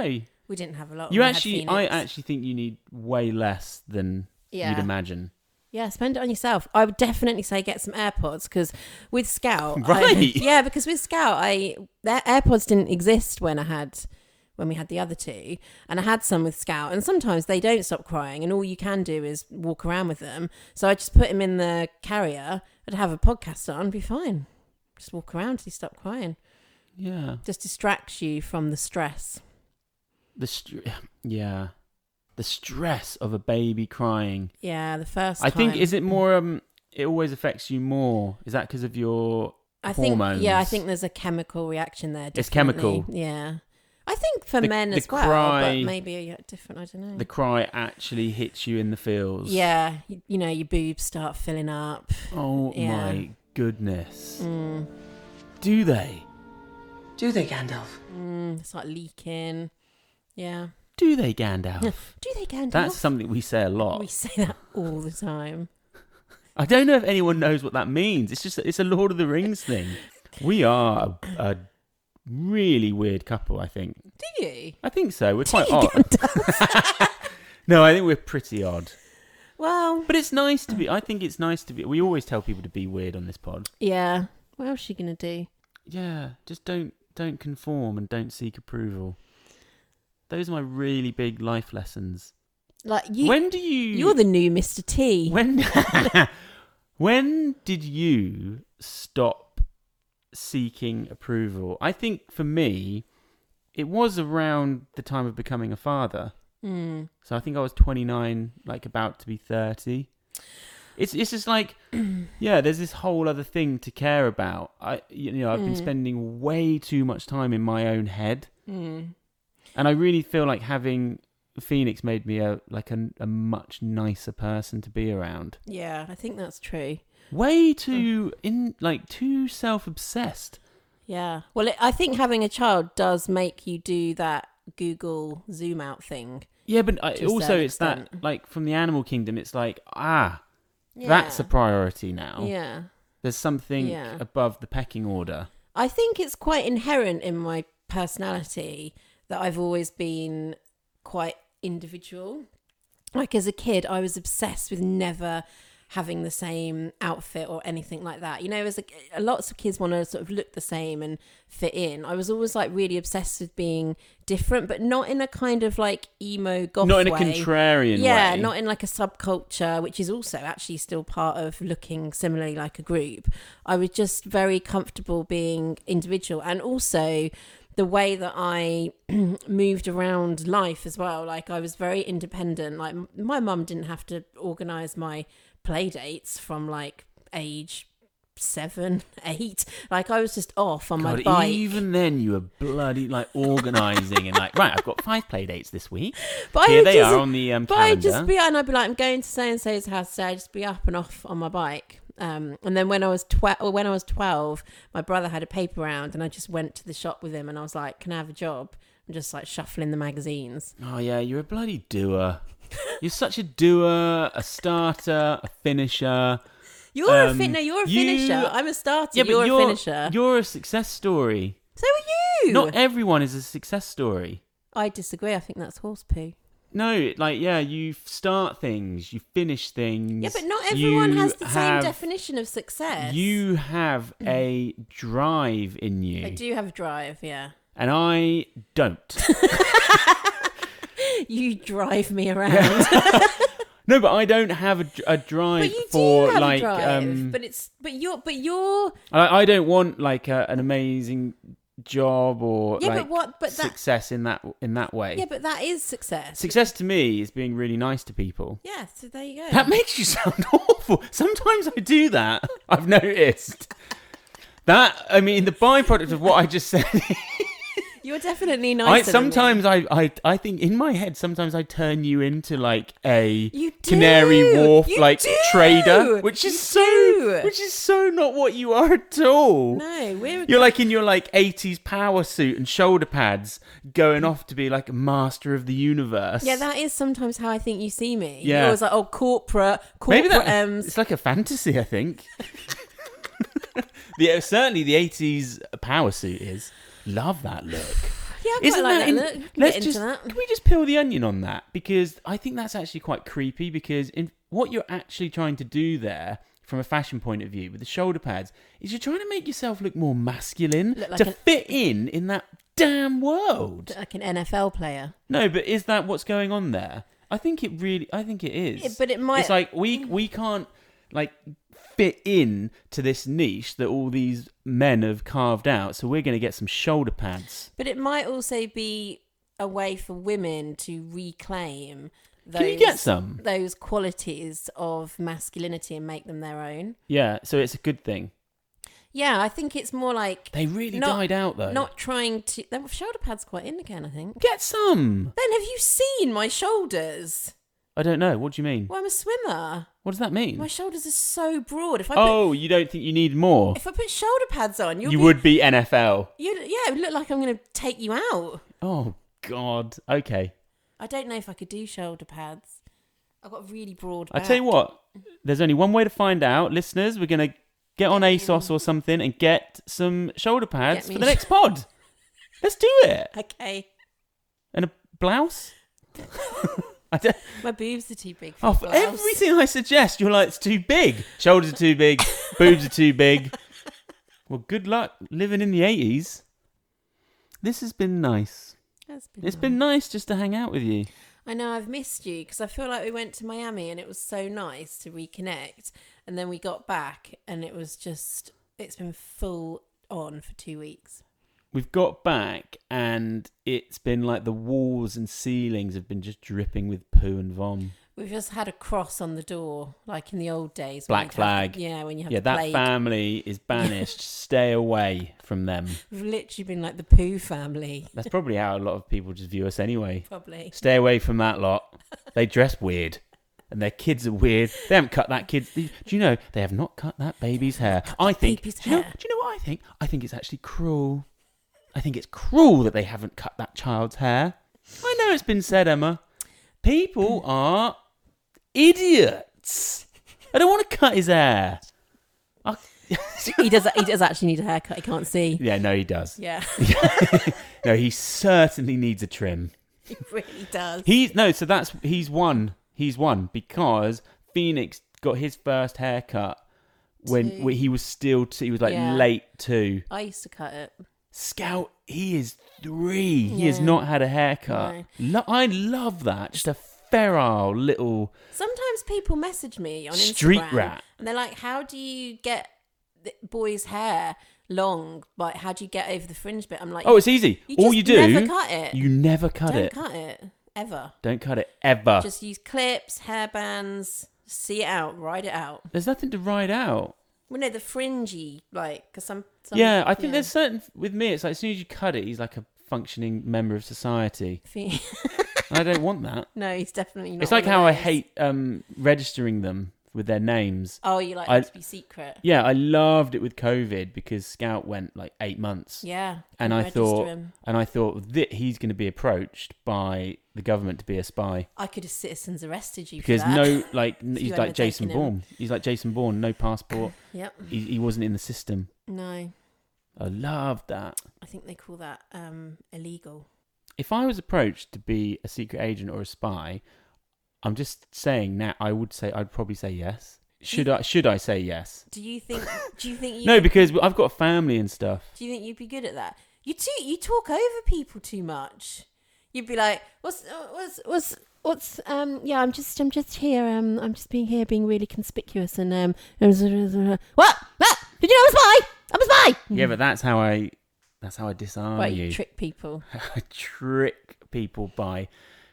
Speaker 2: no.
Speaker 1: We didn't have a lot.
Speaker 2: You
Speaker 1: We had
Speaker 2: actually,
Speaker 1: Phoenix.
Speaker 2: I actually think you need way less than you'd
Speaker 1: Yeah.
Speaker 2: imagine.
Speaker 1: Yeah, spend it on yourself. I would definitely say get some AirPods because with Scout, I-
Speaker 2: Right.
Speaker 1: yeah, because with Scout, I their AirPods didn't exist when I had when we had the other two, and I had some with Scout, and sometimes they don't stop crying, and all you can do is walk around with them. So I just put him in the carrier. I'd have a podcast on, be fine. Just walk around till he stop crying.
Speaker 2: Yeah,
Speaker 1: Just distracts you from the stress.
Speaker 2: the str- yeah, the stress of a baby crying.
Speaker 1: Yeah, the first.
Speaker 2: I think
Speaker 1: time.
Speaker 2: is it more um. It always affects you more. Is that because of your
Speaker 1: I think
Speaker 2: hormones?
Speaker 1: yeah, I think there's a chemical reaction there.
Speaker 2: It's chemical.
Speaker 1: definitely. Yeah, I think for
Speaker 2: The-
Speaker 1: men
Speaker 2: the
Speaker 1: as well,
Speaker 2: cry-
Speaker 1: but maybe uh, different. I don't know.
Speaker 2: the cry actually hits you in the feels.
Speaker 1: yeah, you, you know, your boobs start filling up.
Speaker 2: Oh
Speaker 1: Yeah. Mm.
Speaker 2: my goodness. Do they?
Speaker 3: Do they, Gandalf?
Speaker 1: It's like leaking. Yeah.
Speaker 2: Do they, Gandalf?
Speaker 1: Do they get
Speaker 2: That's
Speaker 1: off?
Speaker 2: something we say a lot.
Speaker 1: We say that all the time.
Speaker 2: I don't know if anyone knows what that means. It's just it's a Lord of the Rings thing. We are a, a really weird couple. I think.
Speaker 1: Do you?
Speaker 2: I think so. We're quite odd. no, I think we're pretty odd.
Speaker 1: Well,
Speaker 2: But it's nice to be. I think it's nice to be. We always tell people to be weird on this pod.
Speaker 1: yeah. What else she gonna do?
Speaker 2: Yeah, just don't don't conform and don't seek approval. Those are my really big life lessons.
Speaker 1: Like you,
Speaker 2: when do you?
Speaker 1: you're the new Mr. T.
Speaker 2: When when did you stop seeking approval? I think for me, it was around the time of becoming a father.
Speaker 1: Hmm.
Speaker 2: So I think I was 29, like about to be 30. It's it's just like yeah, there's this whole other thing to care about. I you know I've been spending way too much time in my own head,
Speaker 1: Hmm.
Speaker 2: and I really feel like having Phoenix made me a like a, a much nicer person to be around.
Speaker 1: yeah, I think that's true.
Speaker 2: Way
Speaker 1: Oh.
Speaker 2: too in like too self obsessed.
Speaker 1: Yeah. Well, it, I think having a child does make you do that Google zoom out thing.
Speaker 2: Yeah, but I,
Speaker 1: To a
Speaker 2: also
Speaker 1: certain
Speaker 2: it's that
Speaker 1: extent.
Speaker 2: like from the animal kingdom, it's like ah, that's a priority now.
Speaker 1: Yeah.
Speaker 2: There's something
Speaker 1: Yeah.
Speaker 2: above the pecking order.
Speaker 1: I think it's quite inherent in my personality that I've always been quite individual. Like as a kid, I was obsessed with never having the same outfit or anything like that. You know, as a, lots of kids want to sort of look the same and fit in. I was always like really obsessed with being different, but not in a kind of like emo goth
Speaker 2: Not in a
Speaker 1: way.
Speaker 2: contrarian
Speaker 1: yeah,
Speaker 2: way.
Speaker 1: not in like a subculture, which is also actually still part of looking similarly like a group. I was just very comfortable being individual and also the way that I moved around life as well. Like I was very independent. Like m- my mum didn't have to organize my play dates from like age seven, eight. Like I was just off on my
Speaker 2: God,
Speaker 1: bike.
Speaker 2: even then you were bloody like organising and like right, I've got five play dates this week.
Speaker 1: But
Speaker 2: Here
Speaker 1: would
Speaker 2: they are on the, um,
Speaker 1: But I'd just
Speaker 2: calendar.
Speaker 1: be, and I'd be like, I'm going to so and so's house today. I'd just be up and off on my bike, Um, and then when I was twelve, when I was twelve, my brother had a paper round, and I just went to the shop with him, and I was like, "Can I have a job?" I'm just like shuffling the magazines.
Speaker 2: Oh yeah, you're a bloody doer. You're such a doer, a starter, a finisher.
Speaker 1: You're a
Speaker 2: Um,
Speaker 1: fin- no, you're a
Speaker 2: you-
Speaker 1: finisher. I'm a starter.
Speaker 2: Yeah,
Speaker 1: you're,
Speaker 2: but
Speaker 1: a finisher.
Speaker 2: You're a success story.
Speaker 1: so are you.
Speaker 2: Not everyone is a success story.
Speaker 1: I disagree. I think that's horse poo.
Speaker 2: No, like yeah, you start things, you finish things.
Speaker 1: Yeah, but not everyone
Speaker 2: you
Speaker 1: has the same
Speaker 2: have-
Speaker 1: definition of success.
Speaker 2: You have a drive in you,
Speaker 1: I do have drive. Yeah,
Speaker 2: and I don't.
Speaker 1: you drive me around.
Speaker 2: no, but I don't have a, a drive
Speaker 1: but you
Speaker 2: for
Speaker 1: do have
Speaker 2: like
Speaker 1: a drive.
Speaker 2: um.
Speaker 1: but it's but you're but you're
Speaker 2: I, I don't want like a, an amazing job or
Speaker 1: Yeah, but
Speaker 2: like,
Speaker 1: what- but that-
Speaker 2: success in that in that way.
Speaker 1: yeah. But that is success.
Speaker 2: success to me is being really nice to people.
Speaker 1: yeah. So there you go.
Speaker 2: That makes you sound awful. Sometimes I do that. I've noticed. That I mean, the byproduct of what I just said.
Speaker 1: you're definitely nicer.
Speaker 2: I
Speaker 1: than me.
Speaker 2: sometimes I, I I think in my head sometimes I turn you into like a
Speaker 1: You
Speaker 2: Canary
Speaker 1: do.
Speaker 2: Wharf
Speaker 1: You
Speaker 2: like
Speaker 1: do.
Speaker 2: trader, which is
Speaker 1: You
Speaker 2: so
Speaker 1: do.
Speaker 2: which is so not what you are at all.
Speaker 1: No, we're
Speaker 2: You're like in your like 80s power suit and shoulder pads, going off to be like a master of the universe.
Speaker 1: yeah. That is sometimes how I think you see me.
Speaker 2: Yeah.
Speaker 1: You're always like oh corporate corporate um,
Speaker 2: maybe that
Speaker 1: M's.
Speaker 2: it's like a fantasy. I think. the uh, certainly the 80s power suit is love that look.
Speaker 1: Yeah, I quite like that,
Speaker 2: in-
Speaker 1: look.
Speaker 2: Let's
Speaker 1: Get
Speaker 2: just
Speaker 1: into that.
Speaker 2: can we just peel the onion on that because I think that's actually quite creepy because in what you're actually trying to do there from a fashion point of view with the shoulder pads is you're trying to make yourself look more masculine
Speaker 1: Look like
Speaker 2: to
Speaker 1: an-
Speaker 2: fit in in that damn world.
Speaker 1: like an NFL player.
Speaker 2: No, but is that what's going on there? I think it really. I think it is.
Speaker 1: Yeah, but it might- Mm.
Speaker 2: It's like we we can't like fit in to this niche that all these men have carved out. So we're going to get some shoulder pads.
Speaker 1: But it might also be a way for women to reclaim those,
Speaker 2: Can you get some?
Speaker 1: those qualities of masculinity and make them their own.
Speaker 2: Yeah. So it's a good thing.
Speaker 1: Yeah, I think it's more like
Speaker 2: They really
Speaker 1: not-
Speaker 2: died out though.
Speaker 1: Not trying to. The shoulder pads quite in again, I think.
Speaker 2: get some.
Speaker 1: Then have you seen my shoulders?
Speaker 2: I don't know. What do you mean?
Speaker 1: Well, I'm a swimmer.
Speaker 2: What does that mean?
Speaker 1: My shoulders are so broad. If I put,
Speaker 2: oh, you don't think you need more?
Speaker 1: if I put shoulder pads on, you'll
Speaker 2: Oh. You
Speaker 1: be,
Speaker 2: would be NFL.
Speaker 1: You'd, yeah, it would look like I'm going to take you out.
Speaker 2: Oh God. Okay.
Speaker 1: I don't know if I could do shoulder pads. I've got a really broad.
Speaker 2: I
Speaker 1: Back.
Speaker 2: tell you what, there's only one way to find out, listeners. We're gonna get on ASOS or something and get some shoulder pads
Speaker 1: Get me-
Speaker 2: for the next pod. Let's do it.
Speaker 1: Okay.
Speaker 2: And a blouse. I don't-
Speaker 1: My boobs are too big for
Speaker 2: oh,
Speaker 1: a
Speaker 2: for
Speaker 1: blouse.
Speaker 2: everything I suggest, you're like it's too big. Shoulders are too big. boobs are too big. Well, good luck living in the eighties. This has been nice.
Speaker 1: That's been
Speaker 2: It's
Speaker 1: nice.
Speaker 2: been nice just to hang out with you.
Speaker 1: I know I've missed you because I feel like we went to Miami and it was so nice to reconnect, and then we got back and it was just it's been full on for two weeks.
Speaker 2: we've got back and it's been like the walls and ceilings have been just dripping with poo and vom.
Speaker 1: We've just had a cross on the door, like in the old days. when
Speaker 2: Black
Speaker 1: you'd have
Speaker 2: flag.
Speaker 1: to- yeah, when you have
Speaker 2: Yeah,
Speaker 1: to
Speaker 2: that
Speaker 1: play.
Speaker 2: family is banished. Stay away from them.
Speaker 1: We've literally been like the poo family,
Speaker 2: That's probably how a lot of people just view us anyway.
Speaker 1: probably.
Speaker 2: Stay away from that lot. They dress weird. And their kids are weird. They haven't cut that kid. Do you know they have not cut that baby's hair? I think.
Speaker 1: baby's
Speaker 2: do, you know,
Speaker 1: hair.
Speaker 2: do you know what I think? I think it's actually cruel. I think it's cruel that they haven't cut that child's hair. I know it's been said, Emma. People are idiots. I don't want to cut his hair. I-
Speaker 1: he does. He does actually need a haircut. He can't see.
Speaker 2: yeah, no, he does.
Speaker 1: Yeah,
Speaker 2: No, he certainly needs a trim.
Speaker 1: he really does.
Speaker 2: He's no, so that's he's won. He's won because Phoenix got his first haircut when, when he was still two, he was like
Speaker 1: Yeah.
Speaker 2: late two.
Speaker 1: I used to cut it.
Speaker 2: Scout, he is three. He has not had a haircut. Lo- I love that. Just a feral little.
Speaker 1: Sometimes people message me on Instagram
Speaker 2: Street rat.
Speaker 1: and they're like, "How do you get the boys' hair long? Like, how do you get over the fringe bit?" I'm like,
Speaker 2: Oh, it's easy.
Speaker 1: You
Speaker 2: All
Speaker 1: just
Speaker 2: you do,
Speaker 1: never cut it.
Speaker 2: You never cut
Speaker 1: don't
Speaker 2: it. Ah.
Speaker 1: cut it ever.
Speaker 2: Don't cut it ever.
Speaker 1: Just use clips, hairbands, see it out, ride it out.
Speaker 2: There's nothing to ride out.
Speaker 1: Well, no, the fringy, like, because some, some
Speaker 2: yeah, I think there's certain with me. It's like as soon as you cut it, he's like a functioning member of society.
Speaker 1: there's
Speaker 2: And I don't want that.
Speaker 1: no, he's definitely not.
Speaker 2: It's like
Speaker 1: one of
Speaker 2: how I
Speaker 1: those.
Speaker 2: hate um, registering them with their names.
Speaker 1: Oh, you like
Speaker 2: I-
Speaker 1: that to be secret.
Speaker 2: Yeah, I loved it with COVID because Scout went like eight months.
Speaker 1: Yeah.
Speaker 2: and I
Speaker 1: register
Speaker 2: thought,
Speaker 1: him.
Speaker 2: and I thought that he's going to be approached by the government to be a spy
Speaker 1: I could have citizens arrested you
Speaker 2: because
Speaker 1: for that.
Speaker 2: no, like n-
Speaker 1: If you
Speaker 2: he's
Speaker 1: hadn't
Speaker 2: like Jason
Speaker 1: taken him.
Speaker 2: Bourne. He's like Jason Bourne, no passport.
Speaker 1: Yep.
Speaker 2: he, he wasn't in the system.
Speaker 1: No.
Speaker 2: I loved that.
Speaker 1: I think they call that um, illegal.
Speaker 2: If I was approached to be a secret agent or a spy, I'm just saying now. I would say I'd probably say yes. Should I? Should I say yes?
Speaker 1: Do you think? Do you think you?
Speaker 2: No, because I've got a family and stuff.
Speaker 1: Do you think you'd be good at that? You too. You talk over people too much. You'd be like, "What's uh, what's what's what's um yeah? I'm just I'm just here. Um, I'm just being here, being really conspicuous and um. What? What? Did you know I'm a spy? I'm a spy.
Speaker 2: Yeah, but that's how I. That's how I disarm
Speaker 1: Well, you
Speaker 2: you.
Speaker 1: trick people.
Speaker 2: I trick people by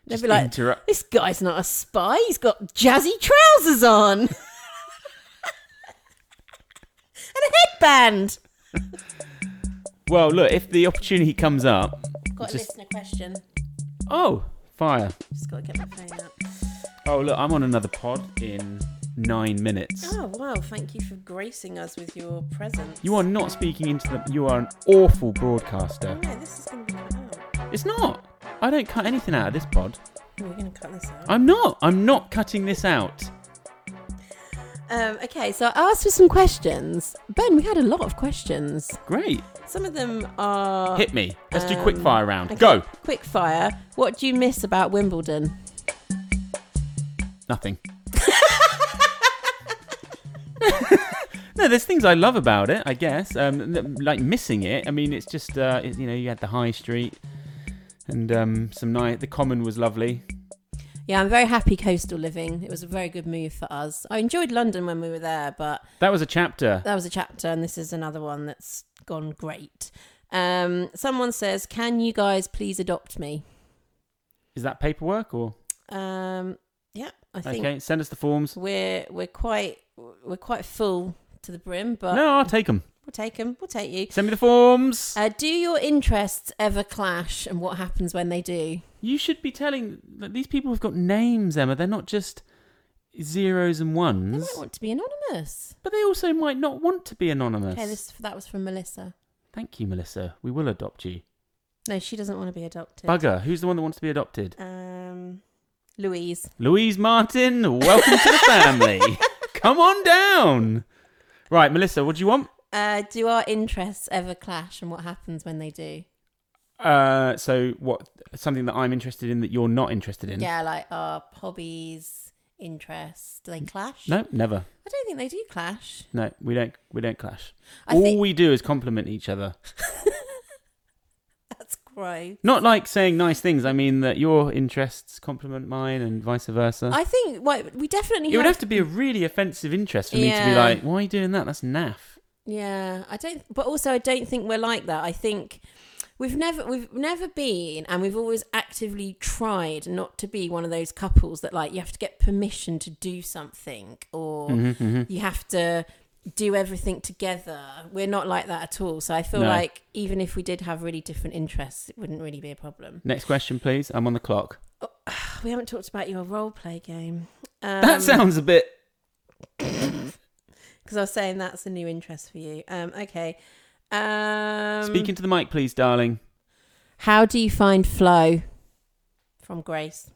Speaker 1: They'd
Speaker 2: just
Speaker 1: be like,
Speaker 2: interrupt.
Speaker 1: "This guy's not a spy. He's got jazzy trousers on and a headband."
Speaker 2: Well, look, if the opportunity comes up,
Speaker 1: Got a
Speaker 2: Just-
Speaker 1: listener question.
Speaker 2: oh, fire!
Speaker 1: Just got to get my phone up.
Speaker 2: Oh, look, I'm on another pod in nine minutes.
Speaker 1: Oh wow! Thank you for gracing us with your presence.
Speaker 2: You are not speaking into the. You are an awful broadcaster.
Speaker 1: No, this is going to be cut out. Oh,
Speaker 2: It's not. I don't cut anything out of this pod.
Speaker 1: We're going to cut this out.
Speaker 2: I'm not. I'm not cutting this out.
Speaker 1: Um, okay, so I asked for some questions. Ben, we had a lot of questions.
Speaker 2: Great.
Speaker 1: Some of them are.
Speaker 2: Hit me. Let's do
Speaker 1: um,
Speaker 2: quick fire round.
Speaker 1: okay,
Speaker 2: Go.
Speaker 1: Quick fire. What do you miss about Wimbledon?
Speaker 2: Nothing. no, there's things I love about it, I guess. Um, n- like missing it. I mean, it's just uh, it, you know, you had the high street and um, some night. The common was lovely.
Speaker 1: Yeah, I'm very happy coastal living. It was a very good move for us. I enjoyed London when we were there, but
Speaker 2: That was a chapter.
Speaker 1: that was a chapter, and this is another one that's gone great. Um, someone says, "Can you guys please adopt me?"
Speaker 2: Is that paperwork or
Speaker 1: Um, yeah, I think
Speaker 2: okay? Send us the forms.
Speaker 1: we're we're quite we're quite full to the brim, but
Speaker 2: No, I'll take them.
Speaker 1: we'll take them. We'll take you.
Speaker 2: Send me the forms.
Speaker 1: Uh, do your interests ever clash, and what happens when they do?
Speaker 2: You should be telling that these people have got names, Emma. They're not just zeros and
Speaker 1: They
Speaker 2: ones,
Speaker 1: might want to be anonymous.
Speaker 2: but they also might not want to be anonymous.
Speaker 1: Okay, this that was from Melissa.
Speaker 2: Thank you, Melissa. We will adopt you.
Speaker 1: No, she doesn't want to be adopted.
Speaker 2: Bugger, who's the one that wants to be adopted?
Speaker 1: Um, Louise.
Speaker 2: Louise Martin, welcome to the family. Come on down. Right, Melissa, what do you want?
Speaker 1: Uh, do our interests ever clash, and what happens when they do?
Speaker 2: Uh, so what? Something that I'm interested in that you're not interested in?
Speaker 1: Yeah, like our hobbies, interests. Do they clash?
Speaker 2: No, never.
Speaker 1: I don't think they do clash.
Speaker 2: No, we don't. We don't clash.
Speaker 1: I
Speaker 2: All
Speaker 1: think-
Speaker 2: we do is compliment each other.
Speaker 1: That's gross.
Speaker 2: Not like saying nice things. I mean that your interests compliment mine and vice versa.
Speaker 1: I think like, we definitely
Speaker 2: It would have to be a really offensive interest for me to be
Speaker 1: Yeah.
Speaker 2: like, "Why are you doing that? That's naff."
Speaker 1: Yeah, I don't. But also, I don't think we're like that. I think we've never we've never been, and we've always actively tried not to be one of those couples that like you have to get permission to do something or
Speaker 2: Mm-hmm,
Speaker 1: you have to do everything together. We're not like that at all. So I feel
Speaker 2: No.
Speaker 1: like even if we did have really different interests, it wouldn't really be a problem.
Speaker 2: Next question, please. I'm on the clock.
Speaker 1: Oh, We haven't talked about your role play game. Um,
Speaker 2: that sounds a bit
Speaker 1: because I was saying that's a new interest for you. Um, okay. Um,
Speaker 2: Speak into the mic, please, darling.
Speaker 1: How do you find flow? From Grace.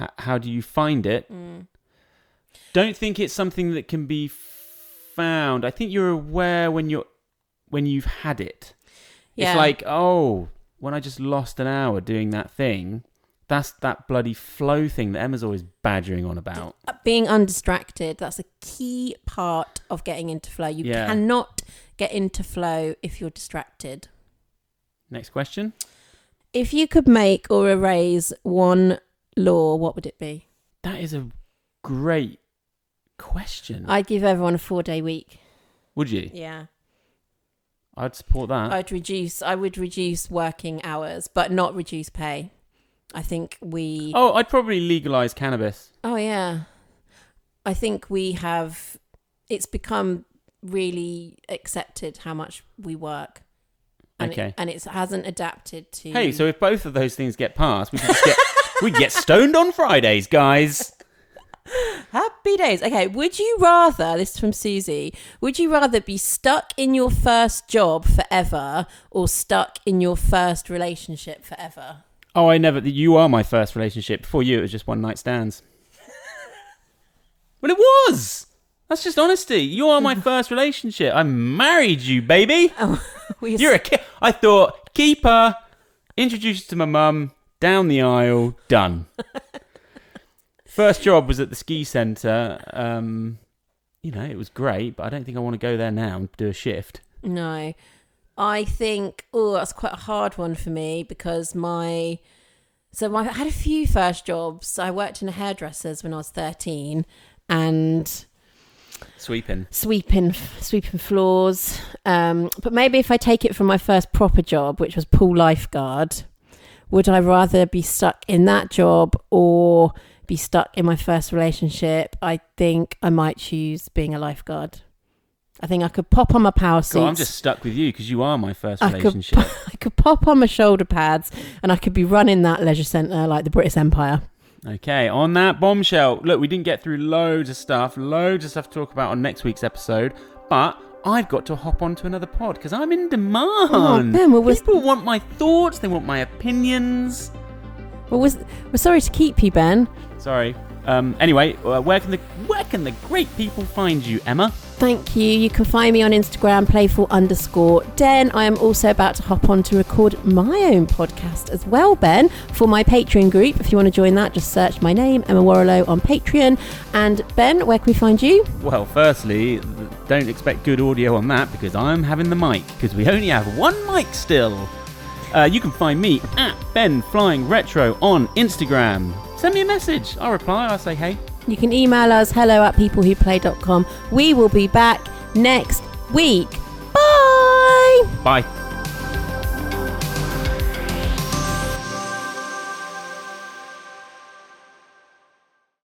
Speaker 2: H- how do you find it?
Speaker 1: Mm.
Speaker 2: Don't think it's something that can be found. I think you're aware when you're when you've had it.
Speaker 1: Yeah.
Speaker 2: It's like, oh, when I just lost an hour doing that thing, that's that bloody flow thing that Emma's always badgering on about.
Speaker 1: Uh, being undistracted. That's a key part of getting into flow. You
Speaker 2: Yeah.
Speaker 1: cannot get into flow if you're distracted.
Speaker 2: Next question.
Speaker 1: If you could make or erase one law, what would it be?
Speaker 2: That is a great question.
Speaker 1: I'd give everyone a four day week.
Speaker 2: Would you?
Speaker 1: Yeah.
Speaker 2: I'd support that.
Speaker 1: I'd reduce, I would reduce working hours, but not reduce pay. I think we.
Speaker 2: oh, I'd probably legalize cannabis.
Speaker 1: Oh yeah. I think we have it's become really accepted how much we work. And
Speaker 2: Okay.
Speaker 1: It, and it hasn't adapted to
Speaker 2: Hey, so if both of those things get passed, we could just get we get stoned on Fridays, guys.
Speaker 1: Happy days. Okay, would you rather, this is from Susie, would you rather be stuck in your first job forever or stuck in your first relationship forever?
Speaker 2: Oh, I never. You are my first relationship. Before you, it was just one night stands. well, it was. That's just honesty. You are my first relationship. I married you, baby.
Speaker 1: Oh, Well, you're-
Speaker 2: You're a ki- I thought keeper. Introduced to my mum. Down the aisle. Done. First job was at the ski centre. Um, you know, it was great, but I don't think I want to go there now and do a shift.
Speaker 1: No. I think, oh, that's quite a hard one for me because my. So my, I had a few first jobs. I worked in a hairdresser's when I was 13 and
Speaker 2: Sweeping.
Speaker 1: sweeping sweeping floors. Um, but maybe if I take it from my first proper job, which was pool lifeguard, would I rather be stuck in that job or be stuck in my first relationship? I think I might choose being a lifeguard. I think I could pop on my power suits.
Speaker 2: God, I'm just stuck with you because you are my first
Speaker 1: I could,
Speaker 2: relationship.
Speaker 1: I could pop on my shoulder pads and I could be running that leisure centre like the British Empire.
Speaker 2: Okay, on that bombshell, look, we didn't get through loads of stuff, loads of stuff to talk about on next week's episode, but I've got to hop on to another pod because I'm in demand.
Speaker 1: Oh, Ben, well, we're-
Speaker 2: People want my thoughts, they want my opinions.
Speaker 1: Well, was, we're sorry to keep you, Ben.
Speaker 2: Sorry. Um, anyway, uh, where can the where can the great people find you, Emma?
Speaker 1: Thank you. You can find me on Instagram, playful underscore den. I am also about to hop on to record my own podcast as well, Ben, for my Patreon group. If you want to join that, just search my name, Emma Warrilow, on Patreon. And Ben, where can we find you?
Speaker 2: Well, firstly, th- don't expect good audio on that because I'm having the mic because we only have one mic still. Uh, you can find me at Ben Flying Retro on Instagram. Send me a message. I'll reply. I'll say hey.
Speaker 1: You can email us hello at peoplewhoplay.com. We will be back next week. Bye!
Speaker 2: Bye.